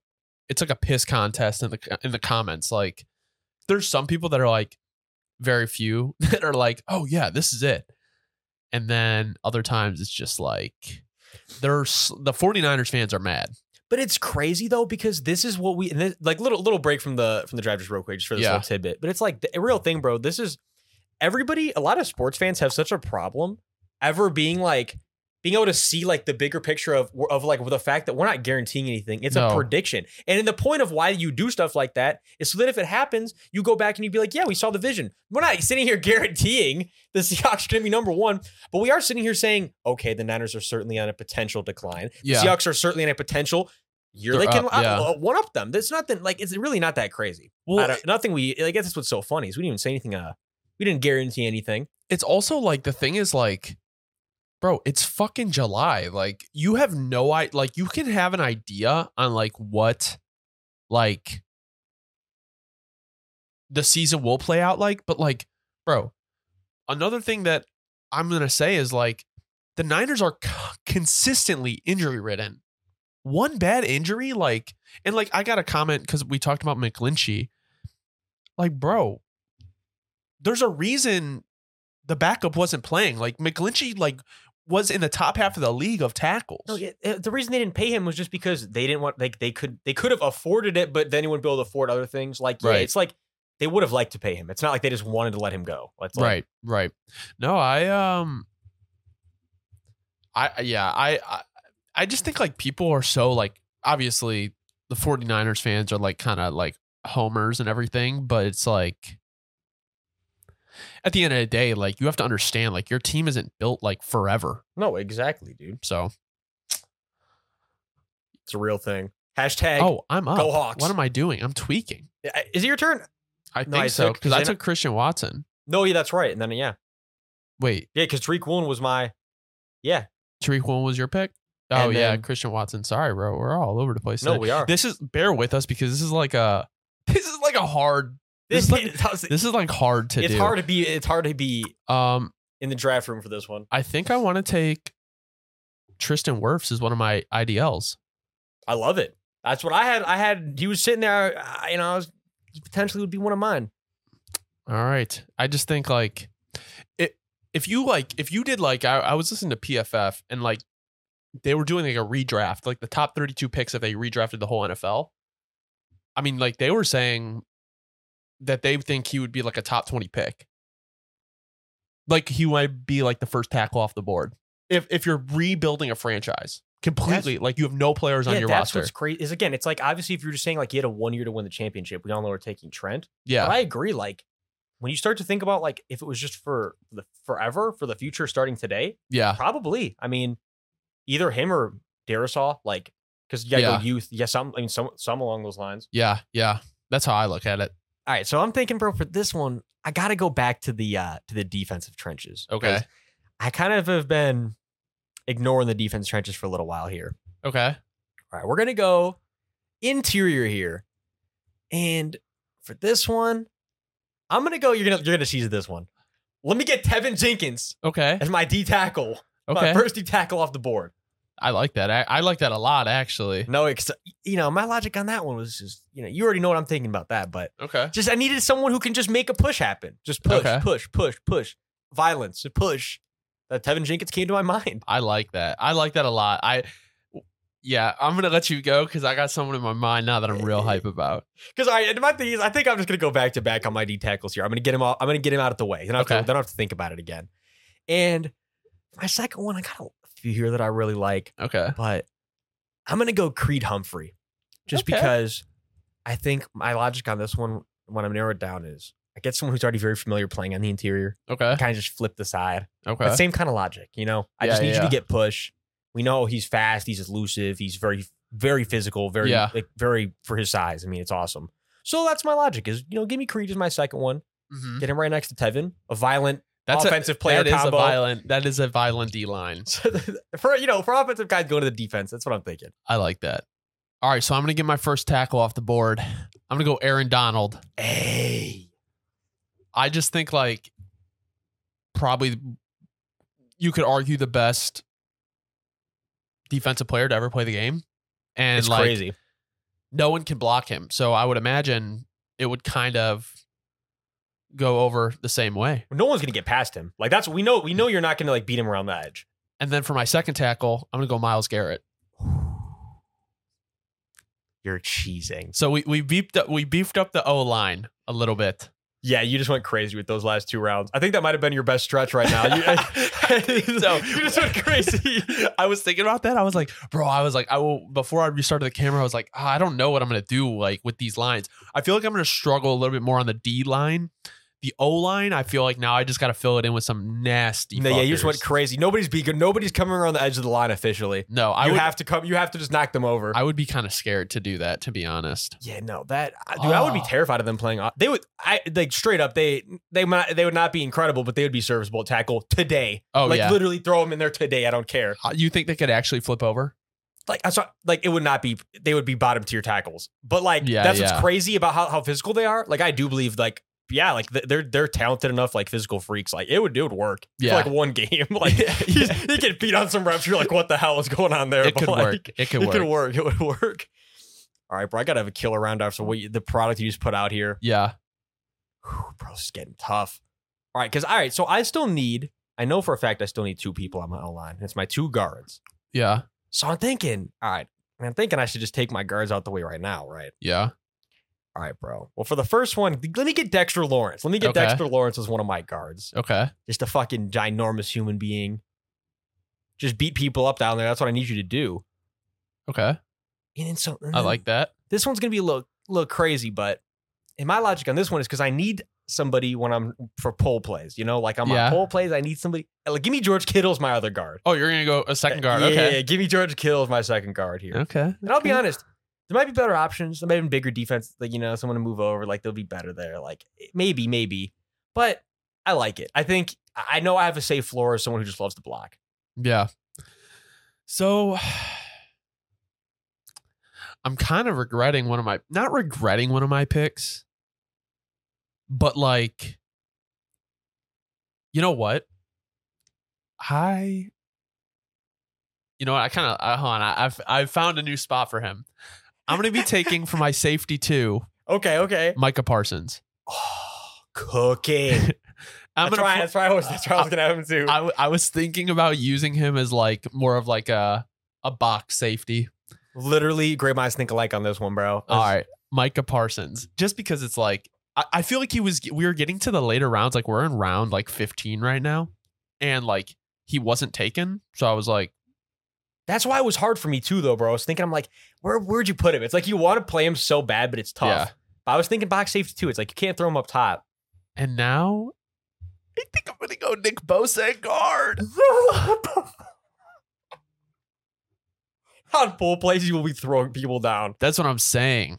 [SPEAKER 2] it's like a piss contest in the in the comments. Like, there's some people that are like, very few that are like, oh yeah, this is it. And then other times it's just like, there's the 49ers fans are mad.
[SPEAKER 1] But it's crazy though because this is what we and this, like little little break from the from the drive just real quick just for this
[SPEAKER 2] Yeah.
[SPEAKER 1] little tidbit. But it's like the real thing, bro. This is everybody. A lot of sports fans have such a problem ever being like being able to see like the bigger picture of of like the fact that we're not guaranteeing anything. It's
[SPEAKER 2] No.
[SPEAKER 1] a prediction, and in the point of why you do stuff like that is so that if it happens, you go back and you'd be like, yeah, we saw the vision. We're not sitting here guaranteeing the Seahawks are going to be number one, but we are sitting here saying, okay, the Niners are certainly on a potential decline.
[SPEAKER 2] Yeah.
[SPEAKER 1] Seahawks are certainly in a potential. Year
[SPEAKER 2] They're
[SPEAKER 1] they can
[SPEAKER 2] up,
[SPEAKER 1] up-
[SPEAKER 2] yeah.
[SPEAKER 1] uh, one up them. There's nothing like it's really not that crazy. I
[SPEAKER 2] Well,
[SPEAKER 1] don't- nothing we I guess that's what's so funny is we didn't even say anything. Uh, we didn't guarantee anything.
[SPEAKER 2] it's also like the thing is like bro it's fucking july like you have no i like you can have an idea on like what like the season will play out like but like bro another thing that i'm gonna say is like the niners are co- consistently injury ridden one bad injury like and like i got a comment because we talked about mcglinchey like bro there's a reason the backup wasn't playing. Like McGlinchey, like was in the top half of the league of tackles.
[SPEAKER 1] No, it, it- the reason they didn't pay him was just because they didn't want like they could they could have afforded it, but then he wouldn't be able to afford other things. Like yeah,
[SPEAKER 2] Right.
[SPEAKER 1] it's like they would have liked to pay him. It's not like they just wanted to let him go. It's like,
[SPEAKER 2] right, right. No, I um, I yeah, I, I I just think like people are so like obviously the 49ers fans are like kind of like homers and everything, but it's like at the end of the day, like you have to understand like your team isn't built like forever.
[SPEAKER 1] No, exactly, dude.
[SPEAKER 2] So
[SPEAKER 1] It's a real thing. Hashtag.
[SPEAKER 2] oh, I'm up.
[SPEAKER 1] Go Hawks. Eh,
[SPEAKER 2] What am I doing? I'm tweaking.
[SPEAKER 1] is it your turn?
[SPEAKER 2] I think
[SPEAKER 1] No, I
[SPEAKER 2] so
[SPEAKER 1] took-
[SPEAKER 2] because I
[SPEAKER 1] 'cause I-
[SPEAKER 2] took Christian Watson.
[SPEAKER 1] No, yeah, that's right. And then yeah,
[SPEAKER 2] Wait,
[SPEAKER 1] yeah, because Tariq Woolen was my yeah.
[SPEAKER 2] Tariq Woolen was your pick.
[SPEAKER 1] And
[SPEAKER 2] Oh yeah,
[SPEAKER 1] then-
[SPEAKER 2] Christian Watson. Sorry, bro, we're all over the place.
[SPEAKER 1] No,
[SPEAKER 2] today.
[SPEAKER 1] we are.
[SPEAKER 2] this is bear with us because this is like a this is like a hard this is like- this is like hard to
[SPEAKER 1] it's
[SPEAKER 2] do.
[SPEAKER 1] hard to be it's hard to be
[SPEAKER 2] Um,
[SPEAKER 1] in the draft room for this one.
[SPEAKER 2] I think I want to take Tristan Wirfs as one of my IDLs.
[SPEAKER 1] I love it. That's what I had. I had he was sitting there. I, you know, I was he potentially would be one of mine.
[SPEAKER 2] All right, I just think like it if you like if you did like I, I was listening to PFF and like they were doing like a redraft like the top thirty two picks if they redrafted the whole NFL. I mean, like they were saying that they think he would be like a top 20 pick. Like he might be like the first tackle off the board. If if you're rebuilding a franchise completely, like you have no players on
[SPEAKER 1] yeah,
[SPEAKER 2] your
[SPEAKER 1] that's
[SPEAKER 2] roster.
[SPEAKER 1] what's crazy. Is again, it's like obviously if you're just saying like you had a one year to win the championship, we all know we're taking Trent. But
[SPEAKER 2] Yeah.
[SPEAKER 1] I agree. Like when you start to think about like if it was just for the forever for the future starting today,
[SPEAKER 2] Yeah.
[SPEAKER 1] probably. I mean, either him or Darisaw, like because you gotta
[SPEAKER 2] Yeah.
[SPEAKER 1] go youth. Yeah, some I mean some some along those lines.
[SPEAKER 2] Yeah. Yeah. That's how I look at it.
[SPEAKER 1] All right, so I'm thinking, bro, for this one, I gotta go back to the uh to the defensive trenches.
[SPEAKER 2] Okay.
[SPEAKER 1] because I kind of have been ignoring the defense trenches for a little while here.
[SPEAKER 2] Okay.
[SPEAKER 1] All right, we're gonna go interior here, and for this one, I'm gonna go. You're gonna you're gonna seize this one. Let me get Tevin Jenkins
[SPEAKER 2] Okay.
[SPEAKER 1] as my D tackle, my
[SPEAKER 2] Okay.
[SPEAKER 1] first D tackle off the board.
[SPEAKER 2] I like that. I, I like that a lot, actually.
[SPEAKER 1] No, ex- you know my logic on that one was just you know you already know what I'm thinking about that, but
[SPEAKER 2] Okay.
[SPEAKER 1] Just I needed someone who can just make a push happen. Just push,
[SPEAKER 2] Okay.
[SPEAKER 1] push, push, push. Violence, push. That Tevin Jenkins came to my mind.
[SPEAKER 2] I like that. I like that a lot. I, yeah, I'm gonna let you go because I got someone in my mind now that I'm real hype about.
[SPEAKER 1] Because I and my thing is, I think I'm just gonna go back to back on my D tackles here. I'm gonna get him. All, I'm gonna get him out of the way. Then I don't have
[SPEAKER 2] Okay.
[SPEAKER 1] to, then I don't have to think about it again. And my second one, I gotta few here that I really like,
[SPEAKER 2] Okay.
[SPEAKER 1] but I'm gonna go Creed Humphrey just
[SPEAKER 2] Okay.
[SPEAKER 1] because I think my logic on this one when I'm narrowed down is I get someone who's already very familiar playing on the interior,
[SPEAKER 2] Okay.
[SPEAKER 1] kind of just flip the side.
[SPEAKER 2] Okay.
[SPEAKER 1] That same kind of logic, you know. I
[SPEAKER 2] Yeah,
[SPEAKER 1] just need you
[SPEAKER 2] yeah.
[SPEAKER 1] to get push. We know he's fast. He's elusive. He's very, very physical. Very,
[SPEAKER 2] Yeah.
[SPEAKER 1] like, very for his size. I mean, it's awesome. So that's my logic. Is you know, give me Creed as my second one.
[SPEAKER 2] Mhm.
[SPEAKER 1] Get him right next to Tevin, a violent
[SPEAKER 2] That's a-
[SPEAKER 1] offensive player
[SPEAKER 2] That is
[SPEAKER 1] combo.
[SPEAKER 2] a violent. That is a violent D line.
[SPEAKER 1] for you know for offensive guys go to the defense. That's what I'm thinking.
[SPEAKER 2] I like that. All right, so I'm gonna get my first tackle off the board. I'm gonna go Aaron Donald.
[SPEAKER 1] Hey,
[SPEAKER 2] I just think like probably you could argue the best defensive player to ever play the game, and
[SPEAKER 1] it's
[SPEAKER 2] like
[SPEAKER 1] crazy.
[SPEAKER 2] no one can block him. So I would imagine it would kind of go over the same way.
[SPEAKER 1] No one's gonna get past him. Like that's we know. We know you're not gonna like beat him around the edge.
[SPEAKER 2] And then for my second tackle, I'm gonna go Miles Garrett.
[SPEAKER 1] You're cheesing.
[SPEAKER 2] So we we beefed up, we beefed up the O line a little bit.
[SPEAKER 1] Yeah, you just went crazy with those last two rounds. I think that might have been your best stretch right now. You,
[SPEAKER 2] So-
[SPEAKER 1] you just went crazy.
[SPEAKER 2] I was thinking about that. I was like, bro, I was like, I will before I restarted the camera, I was like, ah, I don't know what I'm gonna do like with these lines. I feel like I'm gonna struggle a little bit more on the D line. The O line, I feel like now I just gotta fill it in with some nasty.
[SPEAKER 1] No, yeah, you just went
[SPEAKER 2] fuckers.
[SPEAKER 1] crazy. Nobody's beating. Nobody's coming around the edge of the line officially.
[SPEAKER 2] No, I
[SPEAKER 1] you
[SPEAKER 2] would
[SPEAKER 1] have to come. You have to just knock them over.
[SPEAKER 2] I would be kind of scared to do that, to be honest.
[SPEAKER 1] yeah, no, that I- dude, I would be
[SPEAKER 2] Ah.
[SPEAKER 1] terrified of them playing. off- They would, I like straight up. They they might they would not be incredible, but they would be serviceable at tackle today.
[SPEAKER 2] Oh
[SPEAKER 1] like
[SPEAKER 2] yeah,
[SPEAKER 1] literally throw them in there today. I don't care.
[SPEAKER 2] Uh, you think they could actually flip over?
[SPEAKER 1] like I saw, like it would not be they would be bottom tier tackles. But like
[SPEAKER 2] Yeah,
[SPEAKER 1] that's
[SPEAKER 2] yeah.
[SPEAKER 1] what's crazy about how, how physical they are. Like I do believe like yeah, like th- they're they're talented enough like physical freaks. Like it would it would work
[SPEAKER 2] Yeah.
[SPEAKER 1] for like one game. Like he's, he could beat on some reps. You're like, what the hell is going on there?
[SPEAKER 2] It
[SPEAKER 1] But,
[SPEAKER 2] could
[SPEAKER 1] like,
[SPEAKER 2] work. It could
[SPEAKER 1] It
[SPEAKER 2] work.
[SPEAKER 1] could work. It would work. All right, bro. I gotta have a killer round after what you, the product you just put out here.
[SPEAKER 2] Yeah.
[SPEAKER 1] Whew, bro, this is getting tough. All right, because all right, so I still need. I know for a fact I still need two people on my O line. It's my two guards.
[SPEAKER 2] Yeah.
[SPEAKER 1] So I'm thinking, all right, I'm thinking I should just take my guards out the way right now, right?
[SPEAKER 2] Yeah.
[SPEAKER 1] All right, bro. Well, for the first one, let me get Dexter Lawrence. Let me get
[SPEAKER 2] Okay.
[SPEAKER 1] Dexter Lawrence as one of my guards.
[SPEAKER 2] Okay.
[SPEAKER 1] Just a fucking ginormous human being. Just beat people up down there. That's what I need you to do.
[SPEAKER 2] Okay.
[SPEAKER 1] And then so
[SPEAKER 2] I like that.
[SPEAKER 1] this one's gonna be a little little crazy, but and my logic on this one is because I need somebody when I'm for pole plays. You know, like on my
[SPEAKER 2] Yeah.
[SPEAKER 1] pole plays, I need somebody. Like, give me George Kittle's my other guard.
[SPEAKER 2] Oh, you're gonna go a second guard.
[SPEAKER 1] Yeah,
[SPEAKER 2] Okay.
[SPEAKER 1] give me George Kittle as my second guard here.
[SPEAKER 2] Okay.
[SPEAKER 1] And I'll be honest, there might be better options. There might be bigger defense, like you know, someone to move over. Like they'll be better there. Like eh, maybe, maybe. But I like it. I think I know I have a safe floor as someone who just loves to block.
[SPEAKER 2] Yeah. So I'm kind of regretting one of my not regretting one of my picks, but like you know what? I you know what? I kind of uh, hold on. I, I've I've found a new spot for him. I'm gonna be taking for my safety too,
[SPEAKER 1] Okay, okay.
[SPEAKER 2] Micah Parsons.
[SPEAKER 1] Oh, cooking. that's,
[SPEAKER 2] I'm gonna
[SPEAKER 1] why,
[SPEAKER 2] put-
[SPEAKER 1] that's why I was. That's why I was gonna have him too.
[SPEAKER 2] I, w- I was thinking about using him as like more of like a a box safety.
[SPEAKER 1] Literally, great minds think alike on this one, bro.
[SPEAKER 2] All right, Micah Parsons, just because it's like I, I feel like he was we were getting to the later rounds, like we're in round like 15 right now, and like he wasn't taken, so I was like,
[SPEAKER 1] That's why it was hard for me too, though, bro. I was thinking, I'm like, where where'd you put him? It's like you want to play him so bad, but it's tough.
[SPEAKER 2] Yeah.
[SPEAKER 1] But I was thinking box safety too. It's like you can't throw him up top.
[SPEAKER 2] and now I think I'm gonna go Nick Bosa at guard.
[SPEAKER 1] On full plays, you will be throwing people down.
[SPEAKER 2] That's what I'm saying.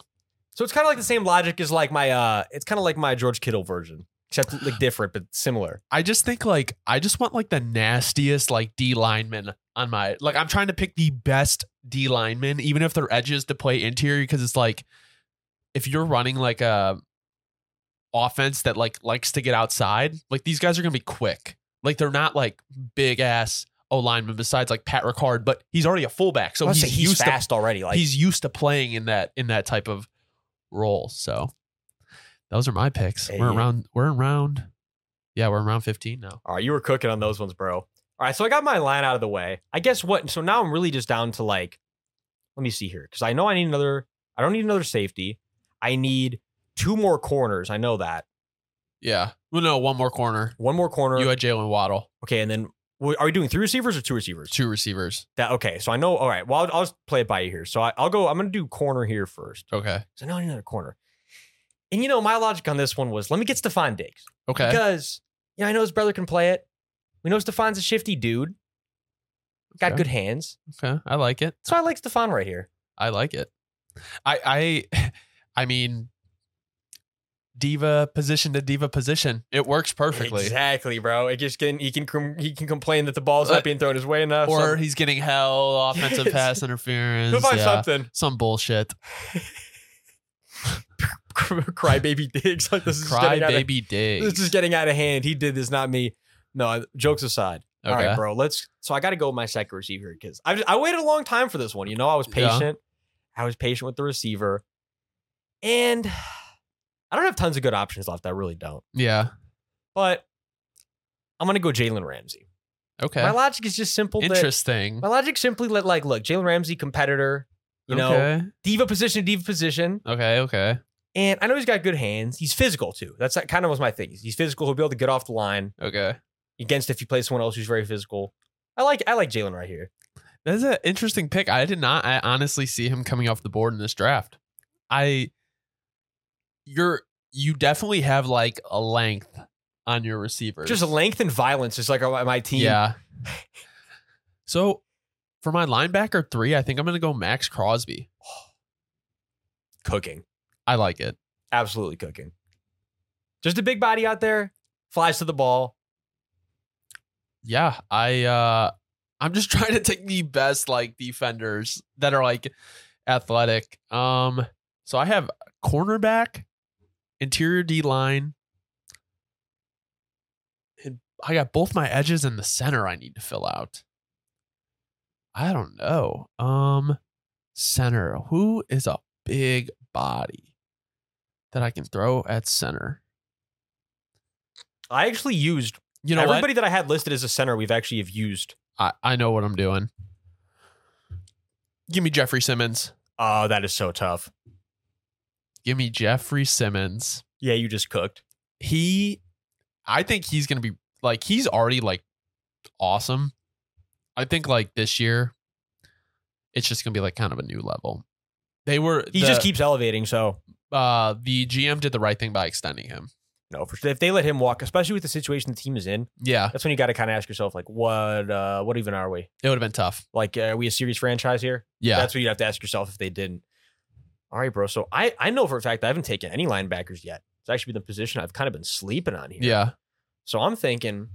[SPEAKER 1] So it's kind of like the same logic as like my uh, it's kind of like my George Kittle version, except like different but similar.
[SPEAKER 2] I just think like I just want like the nastiest like D lineman on my like I'm trying to pick the best D lineman, even if they're edges to play interior, because it's like if you're running like a offense that like likes to get outside, like these guys are gonna be quick. Like they're not like big ass O lineman besides like Pat Ricard, but he's already a fullback, so
[SPEAKER 1] I
[SPEAKER 2] he's,
[SPEAKER 1] say he's
[SPEAKER 2] used
[SPEAKER 1] fast already.
[SPEAKER 2] to
[SPEAKER 1] Like
[SPEAKER 2] he's used to playing in that in that type of role. So those are my picks.
[SPEAKER 1] Hey.
[SPEAKER 2] We're around we're in round yeah, we're in round 15 now.
[SPEAKER 1] all right, you were cooking on those ones, bro. All right, so I got my line out of the way. I guess what? So now I'm really just down to like, let me see here, because I know I need another. I don't need another safety. I need two more corners. I know that
[SPEAKER 2] Yeah. Well, no, one more corner.
[SPEAKER 1] one more corner.
[SPEAKER 2] You had Jalen Waddle.
[SPEAKER 1] okay, and then Well, are we doing three receivers or two receivers?
[SPEAKER 2] Two receivers.
[SPEAKER 1] That okay. So I know. All right. Well, I'll, I'll just play it by ear here. So I, I'll go. I'm gonna do corner here first.
[SPEAKER 2] Okay.
[SPEAKER 1] So now I need another corner. And you know, my logic on this one was let me get Stephon Diggs
[SPEAKER 2] Okay.
[SPEAKER 1] because you know I know his brother can play it. We know Stefan's a shifty dude. Got
[SPEAKER 2] Okay.
[SPEAKER 1] good hands.
[SPEAKER 2] Okay. I like it.
[SPEAKER 1] So I like Stefan right here.
[SPEAKER 2] I like it. I I I mean diva position to diva position. It works perfectly.
[SPEAKER 1] Exactly, bro. It just can he can com- he can complain that the ball's not
[SPEAKER 2] Uh,
[SPEAKER 1] being thrown his way enough.
[SPEAKER 2] Or
[SPEAKER 1] Or
[SPEAKER 2] he's getting hell offensive
[SPEAKER 1] Yes.
[SPEAKER 2] pass interference.
[SPEAKER 1] he'll find
[SPEAKER 2] yeah.
[SPEAKER 1] something.
[SPEAKER 2] Some bullshit.
[SPEAKER 1] Crybaby digs like this is
[SPEAKER 2] Cry
[SPEAKER 1] getting out of-
[SPEAKER 2] baby dig.
[SPEAKER 1] this is getting out of hand. He did this, not me. No, jokes aside.
[SPEAKER 2] okay.
[SPEAKER 1] All right, bro. Let's. So I got to go with my second receiver because I I waited a long time for this one. You know, I was
[SPEAKER 2] Yeah.
[SPEAKER 1] patient. I was patient with the receiver, and I don't have tons of good options left. I really don't.
[SPEAKER 2] Yeah.
[SPEAKER 1] But I'm gonna go Jalen Ramsey. My
[SPEAKER 2] Okay.
[SPEAKER 1] logic is just simple. that-
[SPEAKER 2] Interesting.
[SPEAKER 1] my logic simply let like look Jalen Ramsey competitor. You know,
[SPEAKER 2] okay.
[SPEAKER 1] diva position, to diva position,
[SPEAKER 2] Okay. Okay.
[SPEAKER 1] and I know he's got good hands. He's physical too. That's that kind of was my thing. He's physical. He'll be able to get off the line
[SPEAKER 2] Okay.
[SPEAKER 1] against if you play someone else who's very physical. I like I like Jalen right here.
[SPEAKER 2] That's an interesting pick. I did not I honestly see him coming off the board in this draft. I you're you definitely have like a length on your receivers.
[SPEAKER 1] Just length and violence is like my my team.
[SPEAKER 2] Yeah. So for my linebacker three, I think I'm gonna go Max Crosby.
[SPEAKER 1] Cooking.
[SPEAKER 2] I like it.
[SPEAKER 1] Absolutely cooking. Just a big body out there, flies to the ball.
[SPEAKER 2] Yeah. I uh I'm just trying to take the best like defenders that are like athletic. Um so I have cornerback, interior D line. And I got both my edges and the center I need to fill out. I don't know. Um center. Who is a big body that I can throw at center?
[SPEAKER 1] I actually used
[SPEAKER 2] You know what?
[SPEAKER 1] everybody that I had listed as a center, we've actually have used.
[SPEAKER 2] I, I know what I'm doing. Give me Jeffrey Simmons.
[SPEAKER 1] Oh, that is so tough.
[SPEAKER 2] Give me Jeffrey Simmons.
[SPEAKER 1] Yeah, you just cooked.
[SPEAKER 2] He, I think he's going to be like, he's already like awesome. I think like this year, it's just going to be like kind of a new level. They were,
[SPEAKER 1] He
[SPEAKER 2] the,
[SPEAKER 1] just keeps elevating, so
[SPEAKER 2] uh, the GM did the right thing by extending him.
[SPEAKER 1] no, for sure. If they let him walk, especially with the situation the team is in,
[SPEAKER 2] Yeah.
[SPEAKER 1] that's when you got to kind of ask yourself, like, what, uh, what even are we?
[SPEAKER 2] It would have been tough.
[SPEAKER 1] Like, uh, are we a serious franchise here?
[SPEAKER 2] Yeah.
[SPEAKER 1] That's what you'd have to ask yourself if they didn't. All right, bro. So I, I know for a fact I haven't taken any linebackers yet. It's actually been the position I've kind of been sleeping on here.
[SPEAKER 2] yeah.
[SPEAKER 1] So I'm thinking,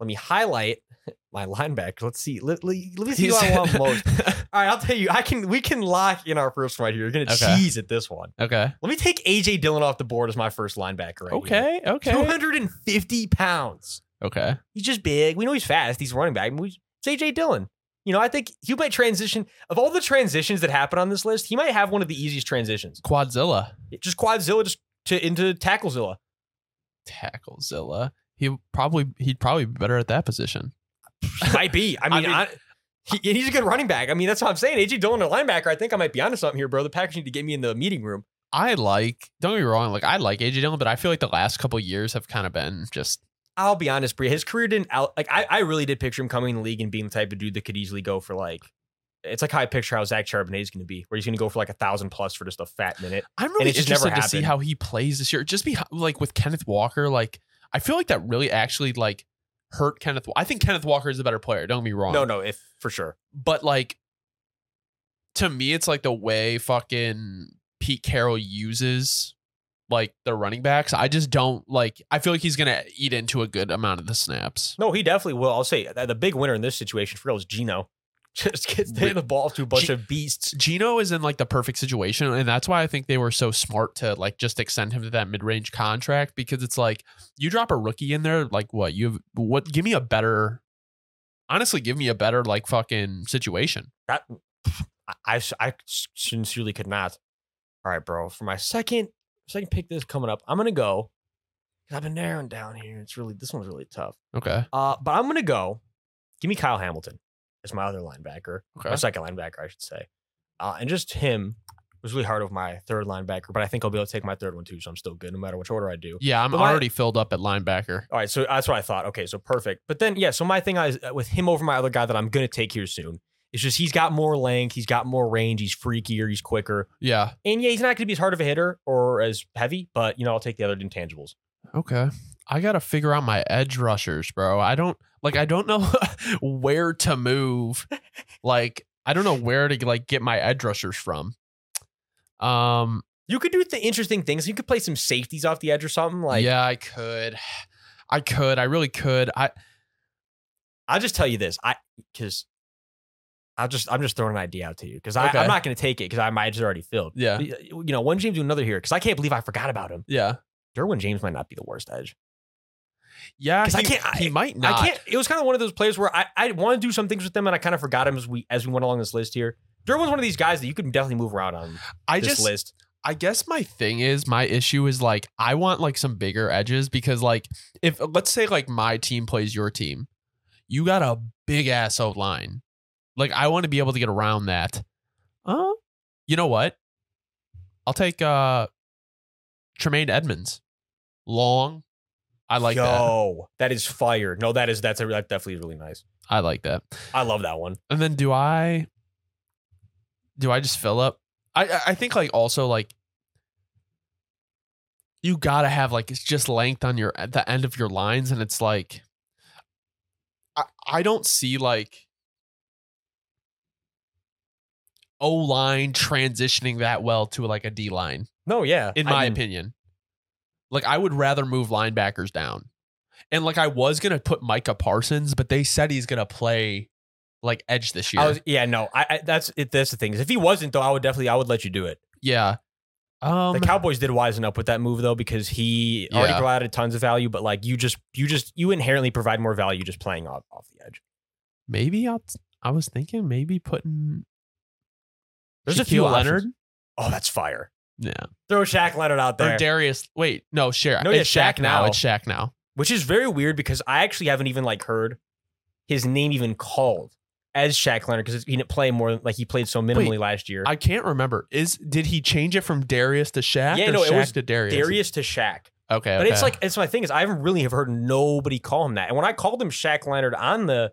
[SPEAKER 1] let me highlight my linebacker. Let's see. Let, let, let me see who I
[SPEAKER 2] He's-
[SPEAKER 1] want most. All right, I'll tell you. I can. We can lock in our first one right here. You're gonna
[SPEAKER 2] Okay.
[SPEAKER 1] cheese at this one.
[SPEAKER 2] okay.
[SPEAKER 1] Let me take AJ Dillon off the board as my first linebacker. Right here.
[SPEAKER 2] Okay. Okay.
[SPEAKER 1] 250 pounds.
[SPEAKER 2] Okay.
[SPEAKER 1] He's just big. We know he's fast. He's a running back. We, it's AJ Dillon. You know, I think he might transition. Of all the transitions that happen on this list, he might have one of the easiest transitions.
[SPEAKER 2] Quadzilla.
[SPEAKER 1] Just quadzilla, just to into tacklezilla.
[SPEAKER 2] Tacklezilla. He probably he'd probably be better at that position.
[SPEAKER 1] might be. I mean,
[SPEAKER 2] mean-
[SPEAKER 1] I he, he's a good running back. I mean, that's what I'm saying. AJ Dillon, a linebacker. I think I might be onto something here, bro. The Packers need to get me in the meeting room.
[SPEAKER 2] I like, don't get me wrong, like I like AJ Dillon, but I feel like the last couple years have kind of been just
[SPEAKER 1] I'll be honest, Bria. His career didn't out. Like, I, I really did picture him coming in the league and being the type of dude that could easily go for like. It's like how I picture how Zach Charbonnet is going to be, where he's going to go for like a thousand plus for just a fat minute.
[SPEAKER 2] I'm really
[SPEAKER 1] it just never
[SPEAKER 2] interested to see
[SPEAKER 1] happened.
[SPEAKER 2] how he plays this year. Just be like with Kenneth Walker, like I feel like that really actually like hurt Kenneth. I think Kenneth Walker is a better player, don't get me wrong.
[SPEAKER 1] No, no, if for sure.
[SPEAKER 2] But like to me, it's like the way fucking Pete Carroll uses like the running backs. I just don't like I feel like he's gonna eat into a good amount of the snaps.
[SPEAKER 1] No, he definitely will. I'll say that the big winner in this situation for real is Gino. Just gets
[SPEAKER 2] Re-
[SPEAKER 1] the ball to a bunch
[SPEAKER 2] G-
[SPEAKER 1] of beasts.
[SPEAKER 2] Gino is in like the perfect situation, and that's why I think they were so smart to like just extend him to that mid range contract because it's like you drop a rookie in there, like what you have, what give me a better, honestly, give me a better like fucking situation.
[SPEAKER 1] That I, I, I sincerely could not. All right, bro. For my second second pick, this coming up, I'm gonna go. 'cause I've been narrowing down here. It's really this one's really tough.
[SPEAKER 2] Okay,
[SPEAKER 1] Uh, but I'm gonna go. Give me Kyle Hamilton as my other linebacker,
[SPEAKER 2] okay,
[SPEAKER 1] my second linebacker, I should say, uh, and just him was really hard with my third linebacker, but I think I'll be able to take my third one too. So I'm still good no matter which order I do.
[SPEAKER 2] Yeah, I'm
[SPEAKER 1] But my-
[SPEAKER 2] already filled up at linebacker.
[SPEAKER 1] All right, so that's what I thought. Okay, so perfect. But then, yeah, so my thing is uh, with him over my other guy that I'm gonna take here soon. It's just he's got more length, he's got more range, he's freakier, he's quicker,
[SPEAKER 2] Yeah.
[SPEAKER 1] and yeah, he's not gonna be as hard of a hitter or as heavy. But you know, I'll take the other intangibles.
[SPEAKER 2] Okay. I gotta figure out my edge rushers, bro. I don't like I don't know where to move. Like I don't know where to like get my edge rushers from. Um
[SPEAKER 1] You could do the interesting things. You could play some safeties off the edge or something. Like,
[SPEAKER 2] yeah, I could. I could. I really could. I
[SPEAKER 1] I'll just tell you this. I because I'll just I'm just throwing an idea out to you because
[SPEAKER 2] Okay.
[SPEAKER 1] I'm not going to take it because I might just already filled.
[SPEAKER 2] yeah.
[SPEAKER 1] You you know, one James to another here because I can't believe I forgot about him.
[SPEAKER 2] Yeah.
[SPEAKER 1] Derwin James might not be the worst edge.
[SPEAKER 2] Yeah.
[SPEAKER 1] 'Cause I
[SPEAKER 2] he-
[SPEAKER 1] can't-
[SPEAKER 2] he might not.
[SPEAKER 1] I can't. It was kind of one of those players where I I want to do some things with them and I kind of forgot him as we as we went along this list here. Derwin's one of these guys that you can definitely move around on
[SPEAKER 2] I
[SPEAKER 1] this
[SPEAKER 2] just
[SPEAKER 1] list.
[SPEAKER 2] I guess my thing is my issue is like I want like some bigger edges because like if let's say like my team plays your team, you got a big ass O line. Like I want to be able to get around that. Uh you know what? I'll take uh Tremaine Edmonds. Long. I like that.
[SPEAKER 1] Yo, that is fire. No, that is that's a, that definitely is really nice.
[SPEAKER 2] I like that.
[SPEAKER 1] I love that one.
[SPEAKER 2] And then do I do I just fill up? I I- I think like also like you gotta have like it's just length on your at the end of your lines, and it's like I I don't see like O line transitioning that well to like a D line
[SPEAKER 1] No, yeah,
[SPEAKER 2] in
[SPEAKER 1] I
[SPEAKER 2] my
[SPEAKER 1] mean,
[SPEAKER 2] opinion. Like I would rather move linebackers down. And like I was gonna put Micah Parsons, but they said he's gonna play like edge this year.
[SPEAKER 1] I was, yeah, no, I, I that's it, that's the thing. If he wasn't though, I would definitely I would let you do it.
[SPEAKER 2] yeah. Um
[SPEAKER 1] the Cowboys did wisen up with that move though because he already
[SPEAKER 2] Yeah.
[SPEAKER 1] provided tons of value, but like you just you just you inherently provide more value just playing off, off the edge.
[SPEAKER 2] maybe I'll I was thinking maybe putting
[SPEAKER 1] There's a
[SPEAKER 2] Shaquille
[SPEAKER 1] few options.
[SPEAKER 2] Leonard.
[SPEAKER 1] Oh, that's fire!
[SPEAKER 2] Yeah.
[SPEAKER 1] Throw Shaq Leonard out there,
[SPEAKER 2] Or Darius wait, no, Shaq.
[SPEAKER 1] No,
[SPEAKER 2] it's
[SPEAKER 1] yeah,
[SPEAKER 2] Shaq,
[SPEAKER 1] Shaq
[SPEAKER 2] now.
[SPEAKER 1] now.
[SPEAKER 2] It's Shaq now.
[SPEAKER 1] which is very weird because I actually haven't even like heard his name even called as Shaq Leonard because he didn't play more like he played so minimally last year.
[SPEAKER 2] I can't remember. Is did he change it from Darius to Shaq
[SPEAKER 1] Yeah,
[SPEAKER 2] or
[SPEAKER 1] no, it
[SPEAKER 2] Shaq
[SPEAKER 1] was
[SPEAKER 2] to Darius?
[SPEAKER 1] Darius to Shaq,
[SPEAKER 2] Okay,
[SPEAKER 1] but it's
[SPEAKER 2] okay.
[SPEAKER 1] like it's my thing is I haven't really have heard nobody call him that. And when I called him Shaq Leonard on the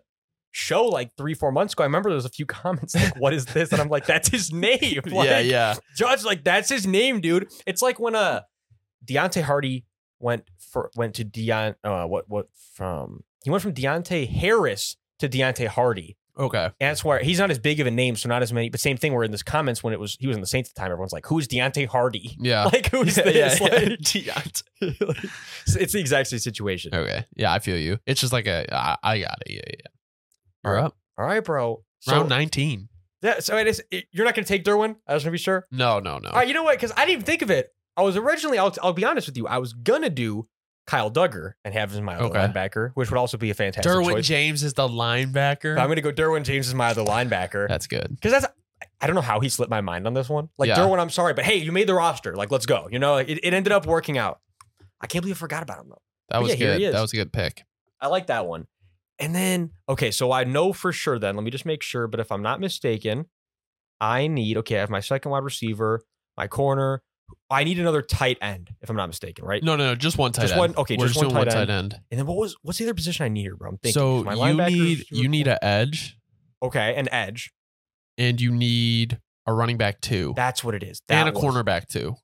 [SPEAKER 1] show like three four months ago, I remember there was a few comments like, "What is this?" and I'm like, "That's his name." Like,
[SPEAKER 2] yeah, yeah.
[SPEAKER 1] Judge, like that's his name, dude. It's like when uh Deontay Hardy went for went to Deon uh what what from he went from Deontay Harris to Deontay Hardy.
[SPEAKER 2] Okay.
[SPEAKER 1] And that's where he's not as big of a name, so not as many. But same thing. Where in this comments when it was he was in the Saints at the time, everyone's like, "Who is Deontay Hardy?
[SPEAKER 2] Yeah.
[SPEAKER 1] Like who is this?" Like,
[SPEAKER 2] Deontay.
[SPEAKER 1] it's- it's the exact same situation.
[SPEAKER 2] Okay. Yeah, I feel you. It's just like a I, I got it. Yeah, yeah. yeah. You're
[SPEAKER 1] Alright.
[SPEAKER 2] up.
[SPEAKER 1] All right, bro. So,
[SPEAKER 2] Round 19.
[SPEAKER 1] Yeah, so it is. It, you're not gonna take Derwin. I was gonna be sure.
[SPEAKER 2] No, no, no.
[SPEAKER 1] All right, you know what? Because I didn't even think of it. I was originally, I'll, I'll be honest with you, I was going to do Kyle Duggar and have him as my other
[SPEAKER 2] Okay.
[SPEAKER 1] linebacker, which would also be a fantastic
[SPEAKER 2] Derwin
[SPEAKER 1] choice.
[SPEAKER 2] James is the linebacker.
[SPEAKER 1] But I'm going to go Derwin James as my other linebacker.
[SPEAKER 2] That's good.
[SPEAKER 1] Because that's, I don't know how he slipped my mind on this one. Like,
[SPEAKER 2] Yeah.
[SPEAKER 1] Derwin, I'm sorry, but hey, you made the roster. Like, let's go. You know, like, it, it ended up working out. I can't believe I forgot about him, though.
[SPEAKER 2] That was
[SPEAKER 1] yeah, here he
[SPEAKER 2] good.
[SPEAKER 1] is.
[SPEAKER 2] That was a good pick.
[SPEAKER 1] I like that one. And then, okay, so I know for sure then, let me just make sure, but if I'm not mistaken, I need, okay, I have my second wide receiver, my corner. I need another tight end, if I'm not mistaken, right?
[SPEAKER 2] No, no, no. Just one tight
[SPEAKER 1] Just
[SPEAKER 2] end.
[SPEAKER 1] one- okay,
[SPEAKER 2] We're
[SPEAKER 1] just
[SPEAKER 2] doing
[SPEAKER 1] one
[SPEAKER 2] one
[SPEAKER 1] tight
[SPEAKER 2] tight end.
[SPEAKER 1] And then what was what's the other position I need here, bro? I'm thinking.
[SPEAKER 2] So
[SPEAKER 1] My
[SPEAKER 2] you
[SPEAKER 1] linebackers,
[SPEAKER 2] need you
[SPEAKER 1] your
[SPEAKER 2] need
[SPEAKER 1] corner.
[SPEAKER 2] an edge
[SPEAKER 1] okay an edge.
[SPEAKER 2] and you need a running back too
[SPEAKER 1] That's what it is. That
[SPEAKER 2] Oh. and a
[SPEAKER 1] was-
[SPEAKER 2] cornerback too.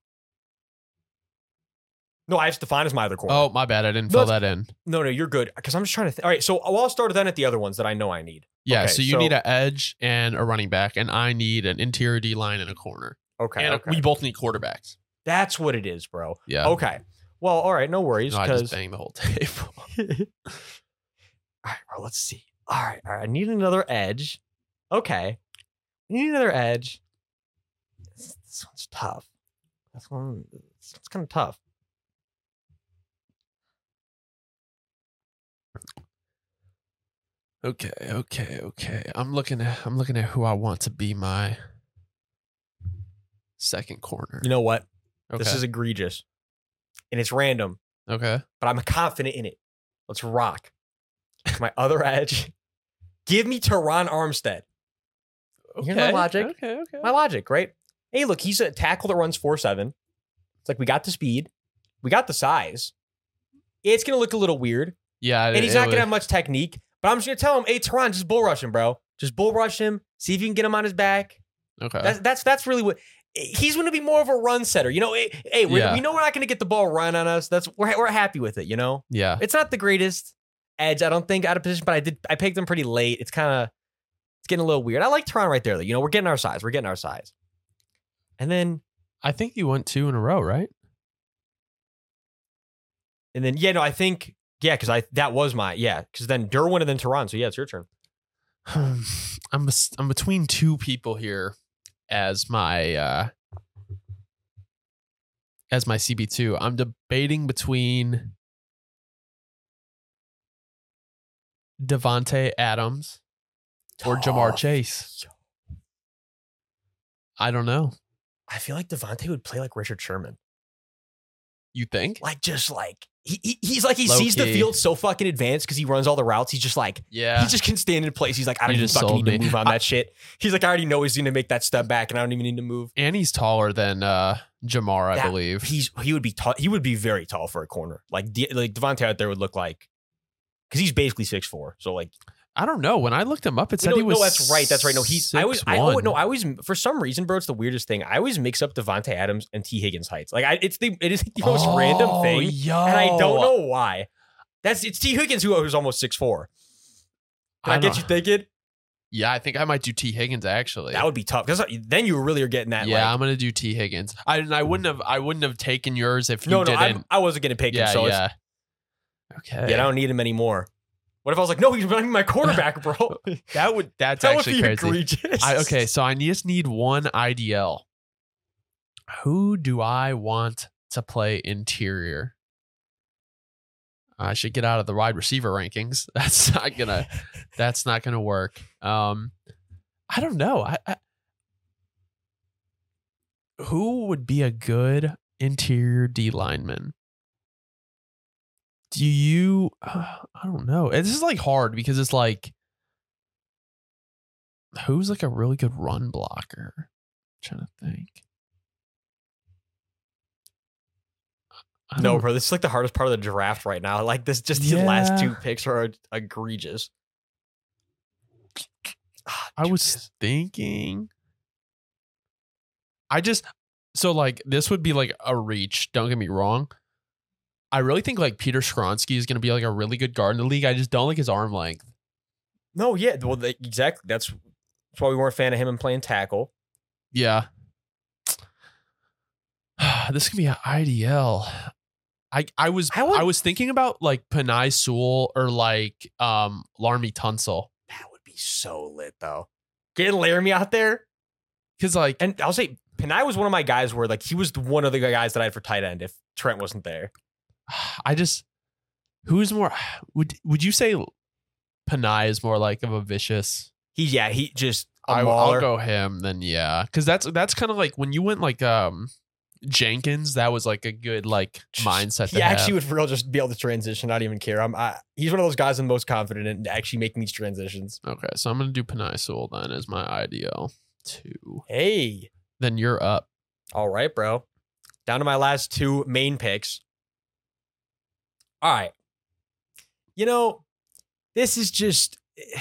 [SPEAKER 1] No, I have Stefan as my other corner.
[SPEAKER 2] Oh, my bad. I didn't fill
[SPEAKER 1] That's-
[SPEAKER 2] that in.
[SPEAKER 1] no, no, you're good. Because I'm just trying to. think. All right, so oh, I'll start then at the other ones that I know I need.
[SPEAKER 2] Yeah,
[SPEAKER 1] Okay,
[SPEAKER 2] so you
[SPEAKER 1] so-
[SPEAKER 2] need an edge and a running back, and I need an interior D line and a corner.
[SPEAKER 1] Okay,
[SPEAKER 2] and a-
[SPEAKER 1] okay.
[SPEAKER 2] we both need quarterbacks.
[SPEAKER 1] that's what it is, bro.
[SPEAKER 2] Yeah.
[SPEAKER 1] Okay. Well, all right, no worries.
[SPEAKER 2] No, I just
[SPEAKER 1] Because
[SPEAKER 2] banged the whole table.
[SPEAKER 1] all right, bro. Let's see. All right, all right. I need another edge. Okay, I need another edge. This, this one's tough. This one, it's kind of tough.
[SPEAKER 2] Okay, okay, okay. I'm looking at I'm looking at who I want to be my second corner.
[SPEAKER 1] You know what?
[SPEAKER 2] okay.
[SPEAKER 1] This is egregious, and it's random.
[SPEAKER 2] okay.
[SPEAKER 1] but I'm confident in it. Let's rock. My other edge. Give me Teron Armstead. Here's my
[SPEAKER 2] Okay,
[SPEAKER 1] logic.
[SPEAKER 2] Okay, okay.
[SPEAKER 1] My logic, right? hey, look, he's a tackle that runs four seven. It's like we got the speed, we got the size. It's gonna look a little weird,
[SPEAKER 2] Yeah,
[SPEAKER 1] and he's not gonna have much technique. But I'm just gonna tell him, hey, Teron, just bull rush him, bro. Just bull rush him. See if you can get him on his back.
[SPEAKER 2] Okay,
[SPEAKER 1] That's that's that's really what he's going to be more of a run setter. You know, eh, hey, we
[SPEAKER 2] Yeah.
[SPEAKER 1] we know we're not going to get the ball run on us. That's we're we're happy with it. You know,
[SPEAKER 2] yeah,
[SPEAKER 1] it's not the greatest edge. I don't think out of position, but I did I picked them pretty late. It's kind of it's getting a little weird. I like Teron right there though. You know, we're getting our size. We're getting our size. And then
[SPEAKER 2] I think you went two in a row, right?
[SPEAKER 1] and then yeah, no, I think yeah, because I that was my yeah, because then Derwin and then Teron. So yeah, it's your turn.
[SPEAKER 2] I'm bes- I'm between two people here as my uh as my CB2. I'm debating between Devonte Adams or Jamar
[SPEAKER 1] Oh,
[SPEAKER 2] Chase. I don't know.
[SPEAKER 1] I feel like Devontae would play like Richard Sherman.
[SPEAKER 2] You think?
[SPEAKER 1] Like just like he, he he's like he
[SPEAKER 2] Low
[SPEAKER 1] sees the
[SPEAKER 2] key.
[SPEAKER 1] field so fucking advanced because he runs all the routes. He's just like
[SPEAKER 2] Yeah.
[SPEAKER 1] He just can stand in place. He's like, I don't
[SPEAKER 2] You
[SPEAKER 1] even
[SPEAKER 2] just
[SPEAKER 1] fucking
[SPEAKER 2] sold
[SPEAKER 1] need to
[SPEAKER 2] me.
[SPEAKER 1] move on that shit. He's like, I already know he's going to make that step back, and I don't even need to move.
[SPEAKER 2] and he's taller than uh Jamar, I
[SPEAKER 1] That-
[SPEAKER 2] believe.
[SPEAKER 1] He's he would be tall. He would be very tall for a corner. Like De- like Devontae out there would look like, because he's basically six four. So like,
[SPEAKER 2] I don't know. When I looked him up, it said
[SPEAKER 1] no,
[SPEAKER 2] he was
[SPEAKER 1] no, that's right, that's right. No, he's I always I always-
[SPEAKER 2] 6'1".
[SPEAKER 1] no, I always for some reason, bro, it's the weirdest thing. I always mix up Devontae Adams and T Higgins heights. Like I, it's the it is the most random
[SPEAKER 2] Oh,
[SPEAKER 1] thing,
[SPEAKER 2] yo.
[SPEAKER 1] and I don't
[SPEAKER 2] Oh.
[SPEAKER 1] know why. That's it's T Higgins who who's almost six four. Can I,
[SPEAKER 2] don't-
[SPEAKER 1] get you thinking?
[SPEAKER 2] Yeah, I think I might do T. Higgins actually.
[SPEAKER 1] That would be tough because then you really are getting that.
[SPEAKER 2] yeah,
[SPEAKER 1] like, Hmm.
[SPEAKER 2] I'm gonna do T. Higgins. I and I wouldn't have I wouldn't have taken yours if you
[SPEAKER 1] No, no,
[SPEAKER 2] didn't.
[SPEAKER 1] I'm, I wasn't gonna pick
[SPEAKER 2] yeah,
[SPEAKER 1] him. So
[SPEAKER 2] yeah.
[SPEAKER 1] It's,
[SPEAKER 2] Okay.
[SPEAKER 1] yeah, I don't need him anymore. What if I was like, no, he's running my quarterback, bro?
[SPEAKER 2] that would that's
[SPEAKER 1] that would
[SPEAKER 2] actually
[SPEAKER 1] be
[SPEAKER 2] crazy.
[SPEAKER 1] egregious.
[SPEAKER 2] I, okay, so I just need one IDL. Who do I want to play interior? I should get out of the wide receiver rankings. That's not gonna. that's not gonna work. Um, I don't know. I, I who would be a good interior D lineman? Do you? Uh, I don't know. This is like hard because it's like who's like a really good run blocker? I'm trying to think. I
[SPEAKER 1] No,
[SPEAKER 2] don't-
[SPEAKER 1] bro, this is like the hardest part of the draft right now. Like this, just these last
[SPEAKER 2] Yeah.
[SPEAKER 1] two picks are egregious. Ah,
[SPEAKER 2] I
[SPEAKER 1] dude,
[SPEAKER 2] was
[SPEAKER 1] this-
[SPEAKER 2] thinking. I just so like this would be like a reach. Don't get me wrong. I really think like Peter Skronsky is going to be like a really good guard in the league. I just don't like his arm length.
[SPEAKER 1] no, yeah, well, they, exactly. That's that's why we weren't a fan of him and playing tackle.
[SPEAKER 2] Yeah. this could be an IDL. I I was
[SPEAKER 1] I
[SPEAKER 2] I,
[SPEAKER 1] would-
[SPEAKER 2] was thinking about like Panay Sewell or like um Larmy Tunsil
[SPEAKER 1] That would be so lit though. Getting Laramie out there,
[SPEAKER 2] because like
[SPEAKER 1] and I'll say Panay was one of my guys where like he was one of the guys that I had for tight end if Trent wasn't there.
[SPEAKER 2] I just who's more would would you say Panay is more like of a vicious?
[SPEAKER 1] He yeah, he just a
[SPEAKER 2] I,
[SPEAKER 1] mauler.
[SPEAKER 2] will go him then yeah, because that's that's kind of like when you went like um Jenkins, that was like a good like
[SPEAKER 1] Just-
[SPEAKER 2] mindset.
[SPEAKER 1] He
[SPEAKER 2] to have.
[SPEAKER 1] actually would for real just be able to transition, not even care. I'm I, he's one of those guys I'm most confident in actually making these transitions.
[SPEAKER 2] Okay, so I'm gonna do Panay Sewell then as my IDL two.
[SPEAKER 1] Hey,
[SPEAKER 2] Then you're up.
[SPEAKER 1] all right, bro. Down to my last two main picks. All right. You know, this is just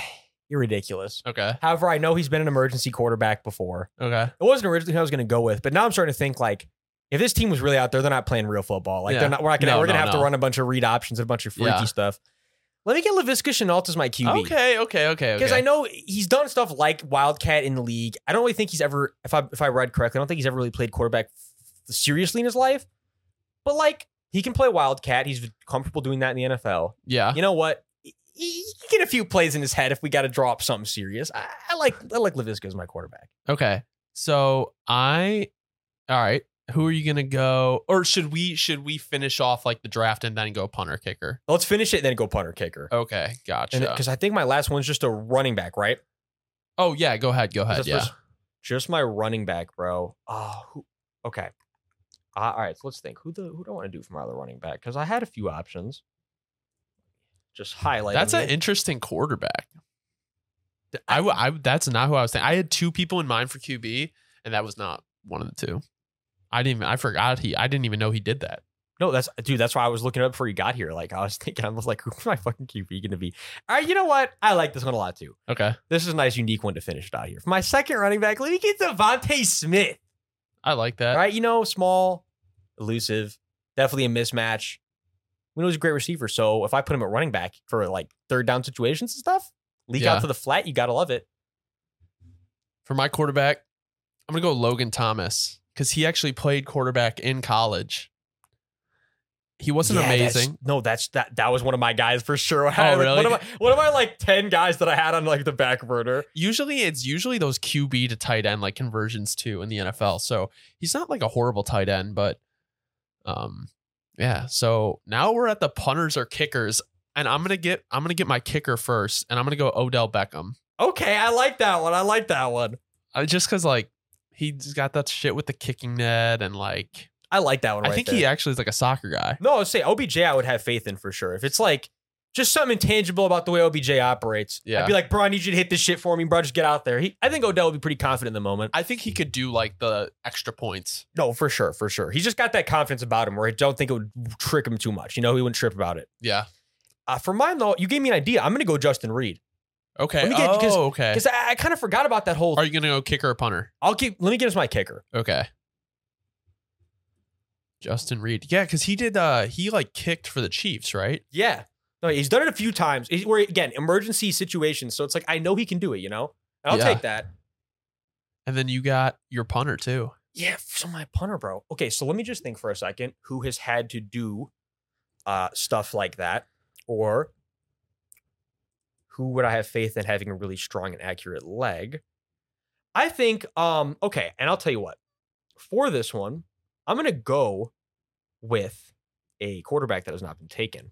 [SPEAKER 1] you're ridiculous.
[SPEAKER 2] Okay.
[SPEAKER 1] However, I know he's been an emergency quarterback before.
[SPEAKER 2] Okay.
[SPEAKER 1] It wasn't originally who I was going to go with, but now I'm starting to think like if this team was really out there, they're not playing real football. Like
[SPEAKER 2] Yeah.
[SPEAKER 1] they're not. We're not gonna.
[SPEAKER 2] No,
[SPEAKER 1] we're gonna
[SPEAKER 2] no,
[SPEAKER 1] have to
[SPEAKER 2] no.
[SPEAKER 1] run a bunch of read options and a bunch of freaky
[SPEAKER 2] Yeah.
[SPEAKER 1] stuff. Let me get Lavisca Chenault as my QB.
[SPEAKER 2] Okay. Okay. Okay.
[SPEAKER 1] Because I know he's done stuff like Wildcat in the league. I don't really think he's ever, if I if I read correctly, I don't think he's ever really played quarterback f- seriously in his life. But like he can play Wildcat. He's comfortable doing that in the NFL.
[SPEAKER 2] Yeah.
[SPEAKER 1] You know what? He, he can get a few plays in his head if we got to drop something serious. I, I like I like Lavisca as my quarterback.
[SPEAKER 2] Okay. So I all right. Who are you gonna go? Or should we should we finish off like the draft and then go punter kicker?
[SPEAKER 1] Let's finish it and then go punter kicker.
[SPEAKER 2] Okay, Oh, gotcha.
[SPEAKER 1] Because I think my last one's just a running back, right?
[SPEAKER 2] oh yeah, go ahead, go ahead.
[SPEAKER 1] Just-
[SPEAKER 2] Yeah.
[SPEAKER 1] just- Just my running back, bro. Oh, who, okay. Uh, all right, so let's think. Who the who do I want to do from my other running back? Because I had a few options. Just highlight.
[SPEAKER 2] That's
[SPEAKER 1] them
[SPEAKER 2] an
[SPEAKER 1] here.
[SPEAKER 2] interesting quarterback. I, w- I w- that's not who I was thinking. I had two people in mind for QB, and that was not one of the two. I didn't. Even, I forgot he. I didn't even know he did that.
[SPEAKER 1] No, that's dude. That's why I was looking it up before you got here. Like I was thinking, I was like, who's my fucking QB going to be? All right, you know what? I like this one a lot too.
[SPEAKER 2] Okay,
[SPEAKER 1] This is a nice, unique one to finish it out here. For my second running back, let me get Devontae Smith.
[SPEAKER 2] I like that.
[SPEAKER 1] All right, you know, small, elusive, definitely a mismatch. We know he's a great receiver, so if I put him at running back for like third down situations and stuff, leak
[SPEAKER 2] Yeah.
[SPEAKER 1] out to the flat, you gotta love it.
[SPEAKER 2] For my quarterback, I'm gonna go Logan Thomas because he actually played quarterback in college. He wasn't
[SPEAKER 1] Yeah, that's-
[SPEAKER 2] amazing.
[SPEAKER 1] No, that's that. That was one of my guys for sure. I
[SPEAKER 2] Oh,
[SPEAKER 1] had, like,
[SPEAKER 2] really?
[SPEAKER 1] One of my one of my like ten guys that I had on like the back burner.
[SPEAKER 2] Usually, it's usually those QB to tight end like conversions too in the NFL. So he's not like a horrible tight end, but um, yeah. So now we're at the punters or kickers, and I'm gonna get I'm gonna get my kicker first, and I'm gonna go Odell Beckham.
[SPEAKER 1] Okay, I like that one. I like that one.
[SPEAKER 2] I just because like he's got that shit with the kicking net and like
[SPEAKER 1] I like that one.
[SPEAKER 2] I
[SPEAKER 1] right
[SPEAKER 2] think
[SPEAKER 1] there.
[SPEAKER 2] he actually is like a soccer guy.
[SPEAKER 1] No, I would say OBJ I would have faith in for sure. If it's like just something intangible about the way OBJ operates,
[SPEAKER 2] Yeah.
[SPEAKER 1] I'd be like, bro, I need you to hit this shit for me, bro. Just get out there. He, I think Odell would be pretty confident in the moment.
[SPEAKER 2] I think he could do like the extra points.
[SPEAKER 1] No, for sure, for sure. He's just got that confidence about him where I don't think it would trick him too much. You know, he wouldn't trip about it.
[SPEAKER 2] Yeah.
[SPEAKER 1] Uh, for mine though, you gave me an idea. I'm gonna go Justin Reed
[SPEAKER 2] Okay.
[SPEAKER 1] Let me get- 'cause-
[SPEAKER 2] oh, okay.
[SPEAKER 1] because I, I kind of forgot about that whole.
[SPEAKER 2] Are you gonna go kicker or punter?
[SPEAKER 1] I'll keep. Let me get us my kicker.
[SPEAKER 2] Okay. Justin Reed. Yeah, because he did uh he like kicked for the Chiefs, right?
[SPEAKER 1] Yeah, no, he's done it a few times. He- Where again, emergency situations. So it's like I know he can do it. You know, and I'll
[SPEAKER 2] Yeah.
[SPEAKER 1] take that.
[SPEAKER 2] And then you got your punter too.
[SPEAKER 1] Yeah, so my punter, bro. Okay, so let me just think for a second who has had to do uh stuff like that or who would I have faith in having a really strong and accurate leg? I think um okay, and I'll tell you what. For this one, I'm going to go with a quarterback that has not been taken.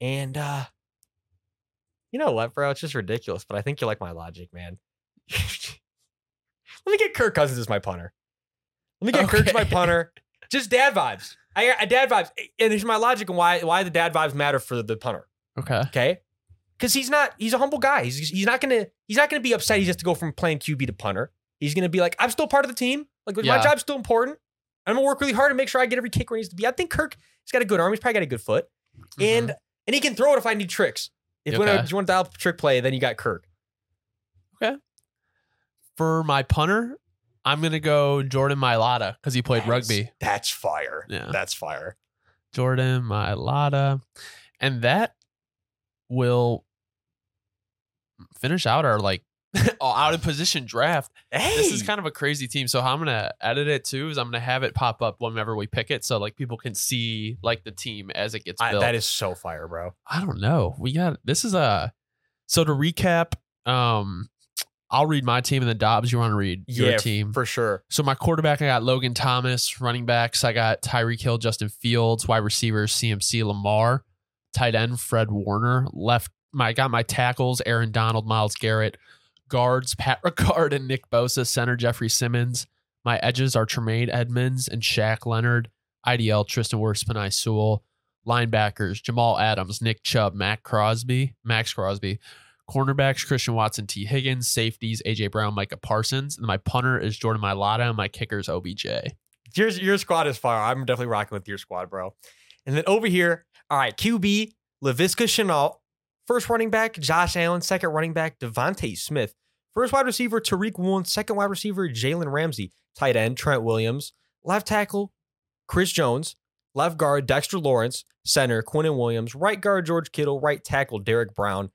[SPEAKER 1] And uh you know what, bro? It's just ridiculous, but I think you like my logic, man. Let me get Kirk Cousins as my punter. Let me get Kirk as my
[SPEAKER 2] Okay.
[SPEAKER 1] punter. Just dad vibes. I, I dad vibes, and here's my logic and why why the dad vibes matter for the punter.
[SPEAKER 2] Okay.
[SPEAKER 1] Okay, because he's not he's a humble guy. He's he's not gonna he's not gonna be upset. He has to go from playing QB to punter. He's gonna be like, I'm still part of the team. Like
[SPEAKER 2] Yeah.
[SPEAKER 1] my job's still important. I'm gonna work really hard and make sure I get every kick where it needs to be. I think Kirk he's got a good arm. He's probably got a good foot,
[SPEAKER 2] Mhm.
[SPEAKER 1] and and he can throw it if I need tricks. If you wanna-
[SPEAKER 2] Okay.
[SPEAKER 1] if you want to dial up a trick play, then you got Kirk.
[SPEAKER 2] for my punter, I'm gonna go Jordan Mailata because he played
[SPEAKER 1] That's-
[SPEAKER 2] rugby.
[SPEAKER 1] That's fire.
[SPEAKER 2] Yeah.
[SPEAKER 1] That's fire.
[SPEAKER 2] Jordan Mailata, and that will finish out our like out of position draft.
[SPEAKER 1] Hey,
[SPEAKER 2] This is kind of a crazy team. So how I'm gonna edit it too is I'm gonna have it pop up whenever we pick it, so like people can see like the team as it gets
[SPEAKER 1] I,
[SPEAKER 2] built.
[SPEAKER 1] that is so fire, bro.
[SPEAKER 2] I don't know. We got this is a so to recap. Um, I'll read my team and then Dobbs, you want to read
[SPEAKER 1] Yeah,
[SPEAKER 2] your team
[SPEAKER 1] For sure.
[SPEAKER 2] so my quarterback, I got Logan Thomas. Running backs, I got Tyreek Hill, Justin Fields. Wide receivers, CMC, Lamar. Tight end, Fred Warner. Left, my I got my tackles, Aaron Donald, Miles Garrett. Guards, Pat Ricard and Nick Bosa. Center, Jeffrey Simmons. My edges are Tremaine Edmonds and Shaq Leonard. IDL, Tristan Wirfs, Panay Sewell. Linebackers, Jamal Adams, Nick Chubb, Matt Crosby, Max Crosby. Cornerbacks, Christian Watson, T. Higgins. Safeties, A.J. Brown, Micah Parsons. And my punter is Jordan Mailata. And my kicker's OBJ.
[SPEAKER 1] your your squad is fire. I'm definitely rocking with your squad, bro. And then over here, all right, QB Lavisca Chenault, first running back Josh Allen, second running back Devontae Smith, first wide receiver Tariq Woolen, second wide receiver Jalen Ramsey, tight end Trent Williams, left tackle Chris Jones, left guard Dexter Lawrence, center Quinnen Williams, right guard George Kittle, right tackle Derek Brown,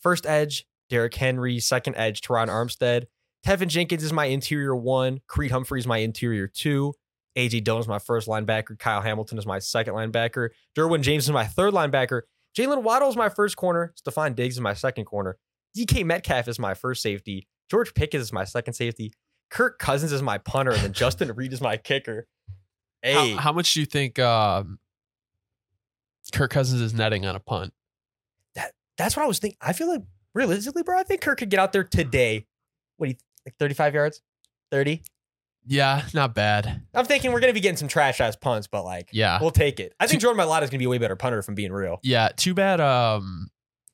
[SPEAKER 1] first edge Derek Henry, second edge Teron Armstead. Tevin Jenkins is my interior one. Creed Humphrey is my interior two. AJ Dillon is my first linebacker. Kyle Hamilton is my second linebacker. Derwin James is my third linebacker. Jalen Waddle is my first corner. Stephon Diggs is my second corner. DK Metcalf is my first safety. George Pickens is my second safety. Kirk Cousins is my punter, and then Justin Reed is my kicker.
[SPEAKER 2] How-
[SPEAKER 1] Hey,
[SPEAKER 2] How, much do you think um, Kirk Cousins is netting on a punt?
[SPEAKER 1] that's what I was thinking. I feel like realistically, bro, I think Kirk could get out there today. What do you like? Thirty-five yards, thirty.
[SPEAKER 2] Yeah, not bad.
[SPEAKER 1] I'm thinking we're gonna be getting some trash ass punts, but like,
[SPEAKER 2] Yeah.
[SPEAKER 1] we'll take it. I think Jordan Mailata is gonna be a way better punter, if I'm being real.
[SPEAKER 2] yeah, too bad um,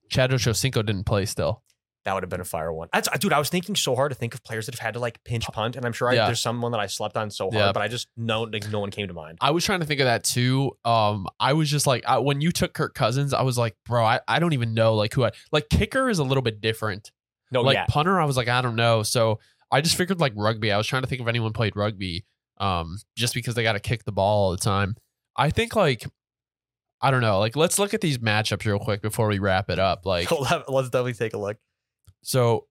[SPEAKER 2] Chad Ochocinco didn't play still.
[SPEAKER 1] That would have been a fire one. That's, dude, I was thinking so hard to think of players that have had to like pinch punt, and I'm sure I,
[SPEAKER 2] Yeah.
[SPEAKER 1] there's someone that I slept on so hard,
[SPEAKER 2] Yeah.
[SPEAKER 1] but I just no, like, no one came to mind.
[SPEAKER 2] I was trying to think of that too. Um, I was just like, I, when you took Kirk Cousins, I was like, bro, I, I don't even know like who I like. Kicker is a little bit different.
[SPEAKER 1] No,
[SPEAKER 2] like
[SPEAKER 1] Oh, yeah,
[SPEAKER 2] punter, I was like, I don't know. So I just figured like rugby. I was trying to think if anyone played rugby, um, just because they got to kick the ball all the time. I think like, I don't know. Like, let's look at these matchups real quick before we wrap it up. Like,
[SPEAKER 1] let's definitely take a look.
[SPEAKER 2] so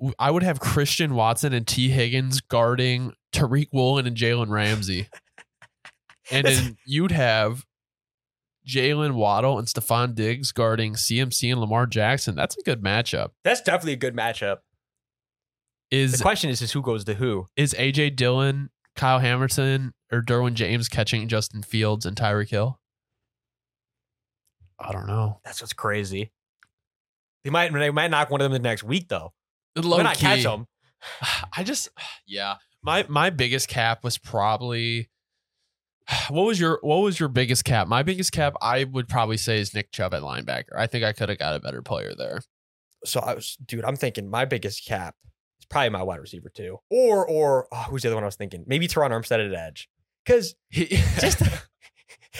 [SPEAKER 2] w- I would have Christian Watson and T. Higgins guarding Tariq Woolen and Jalen Ramsey. and then you'd have Jalen Waddle and Stephon Diggs guarding CMC and Lamar Jackson. That's a good matchup.
[SPEAKER 1] That's definitely a good matchup. The
[SPEAKER 2] Is
[SPEAKER 1] question is, is who goes to who?
[SPEAKER 2] is AJ Dillon, Kyle Hamilton, or Derwin James catching Justin Fields and Tyreek Hill? I don't know.
[SPEAKER 1] That's what's crazy. They might they might knock one of them the next week though.
[SPEAKER 2] Low
[SPEAKER 1] Might not catch
[SPEAKER 2] key.
[SPEAKER 1] them.
[SPEAKER 2] I just yeah. My my biggest cap was probably what was your what was your biggest cap? My biggest cap I would probably say is Nick Chubb at linebacker. I think I could have got a better player there.
[SPEAKER 1] So I was, dude, I'm thinking my biggest cap is probably my wide receiver too, or or oh, who's the other one I was thinking? Maybe Teron Armstead at edge, because
[SPEAKER 2] He-
[SPEAKER 1] just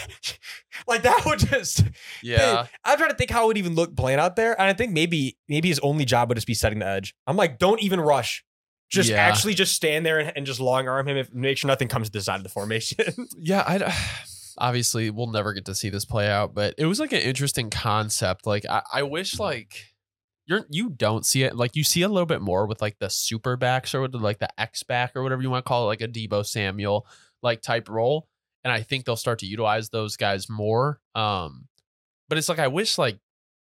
[SPEAKER 1] like that would just.
[SPEAKER 2] yeah.
[SPEAKER 1] I'm trying to think how it would even look playing out there, and I think maybe maybe his only job would just be setting the edge. I'm like, don't even rush. Just
[SPEAKER 2] Yeah.
[SPEAKER 1] actually just stand there and, and just long arm him. If, make sure nothing comes to the side of the formation.
[SPEAKER 2] yeah, I obviously we'll never get to see this play out, but it was like an interesting concept. Like I, I wish like you're you don't see it like you see a little bit more with like the super backs or with, like the X back or whatever you want to call it, like a Debo Samuel like type role. And I think they'll start to utilize those guys more. Um, but it's like I wish like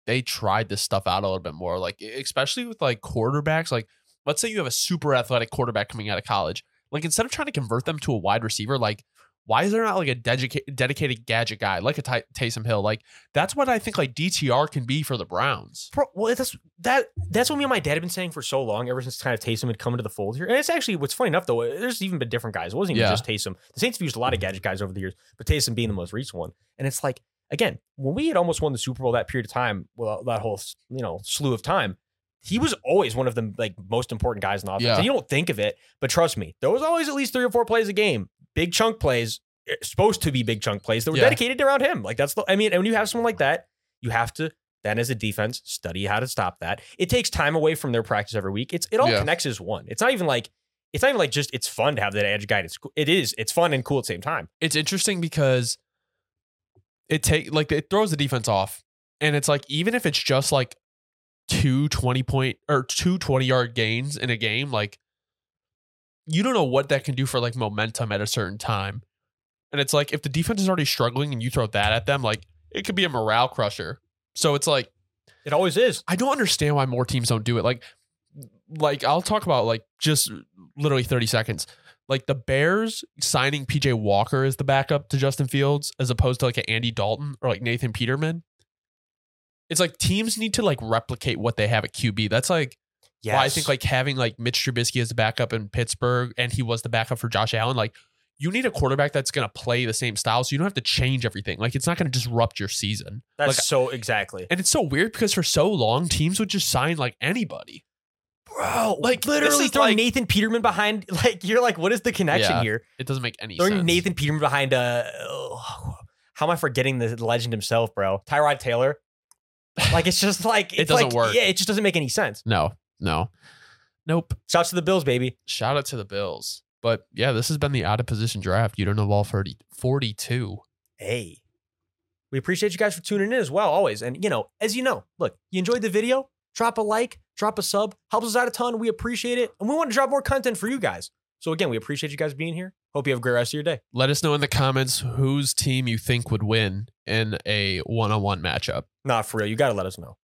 [SPEAKER 2] they tried this stuff out a little bit more, like e, especially with like quarterbacks. Like let's say you have a super athletic quarterback coming out of college. Like instead of trying to convert them to a wide receiver, like why is there not like a dedica- dedicated gadget guy like a Ty- Taysom Hill? Like that's what I think like DTR can be for the Browns.
[SPEAKER 1] Bro, well, that's that. That's what me and my dad have been saying for so long, ever since kind of Taysom had come into the fold here. And it's actually what's funny enough though. There's even been different guys. It wasn't even
[SPEAKER 2] Yeah.
[SPEAKER 1] just Taysom. The Saints have used a lot of gadget guys over the years, but Taysom being the most recent one. And it's like again, when we had almost won the Super Bowl that period of time, well, that whole you know slew of time, he was always one of the like most important guys in the offense.
[SPEAKER 2] Yeah.
[SPEAKER 1] And you don't think of it, but trust me, there was always at least three or four plays a game, big chunk plays, eh, supposed to be big chunk plays that were
[SPEAKER 2] Yeah.
[SPEAKER 1] dedicated around him. Like that's the. I mean, and when you have someone like that, you have to then as a defense study how to stop that it takes time away from their practice every week it's it all
[SPEAKER 2] Yeah.
[SPEAKER 1] connects as one it's not even like it's not even like just it's fun to have that edge guy at school it is it's fun and cool at the same time
[SPEAKER 2] It's interesting because it take like it throws the defense off, and it's like even if it's just like two 20 point or two 20 yard gains in a game, like you don't know what that can do for like momentum at a certain time. And it's like if the defense is already struggling and you throw that at them, like it could be a morale crusher. So it's like
[SPEAKER 1] it always is
[SPEAKER 2] I don't understand why more teams don't do it. Like, like I'll talk about like just literally thirty seconds. Like the Bears signing PJ Walker as the backup to Justin Fields, as opposed to like an Andy Dalton or like Nathan Peterman. It's like teams need to like replicate what they have at QB. That's like
[SPEAKER 1] yeah
[SPEAKER 2] why I think like having like Mitch Trubisky as the backup in Pittsburgh, and he was the backup for Josh Allen. Like you need a quarterback that's gonna play the same style, so you don't have to change everything. Like it's not gonna disrupt your season.
[SPEAKER 1] that's
[SPEAKER 2] like-
[SPEAKER 1] so exactly
[SPEAKER 2] And it's so weird because for so long, teams would just sign like anybody.
[SPEAKER 1] bro
[SPEAKER 2] like,
[SPEAKER 1] literally
[SPEAKER 2] this is
[SPEAKER 1] throwing
[SPEAKER 2] like-
[SPEAKER 1] nathan peterman behind like you're like what is the connection
[SPEAKER 2] Yeah.
[SPEAKER 1] here
[SPEAKER 2] It doesn't make any
[SPEAKER 1] throwing
[SPEAKER 2] sense.
[SPEAKER 1] nathan peterman behind uh oh, how am i forgetting the legend himself bro tyrod taylor like it's just like it's
[SPEAKER 2] doesn't
[SPEAKER 1] like,
[SPEAKER 2] work.
[SPEAKER 1] yeah it just doesn't make any sense
[SPEAKER 2] No, no, nope.
[SPEAKER 1] shouts to the bills baby
[SPEAKER 2] Shout out to the Bills. But yeah, this has been the out of position draft. You don't know all 30, 42.
[SPEAKER 1] hey, we appreciate you guys for tuning in as well, always. And, you know, as you know, look, you enjoyed the video, drop a like, drop a sub, helps us out a ton. We appreciate it. And we want to drop more content for you guys. So, again, we appreciate you guys being here. Hope you have a great rest of your day.
[SPEAKER 2] Let us know in the comments whose team you think would win in a one on one matchup.
[SPEAKER 1] Not for real. You got to let us know.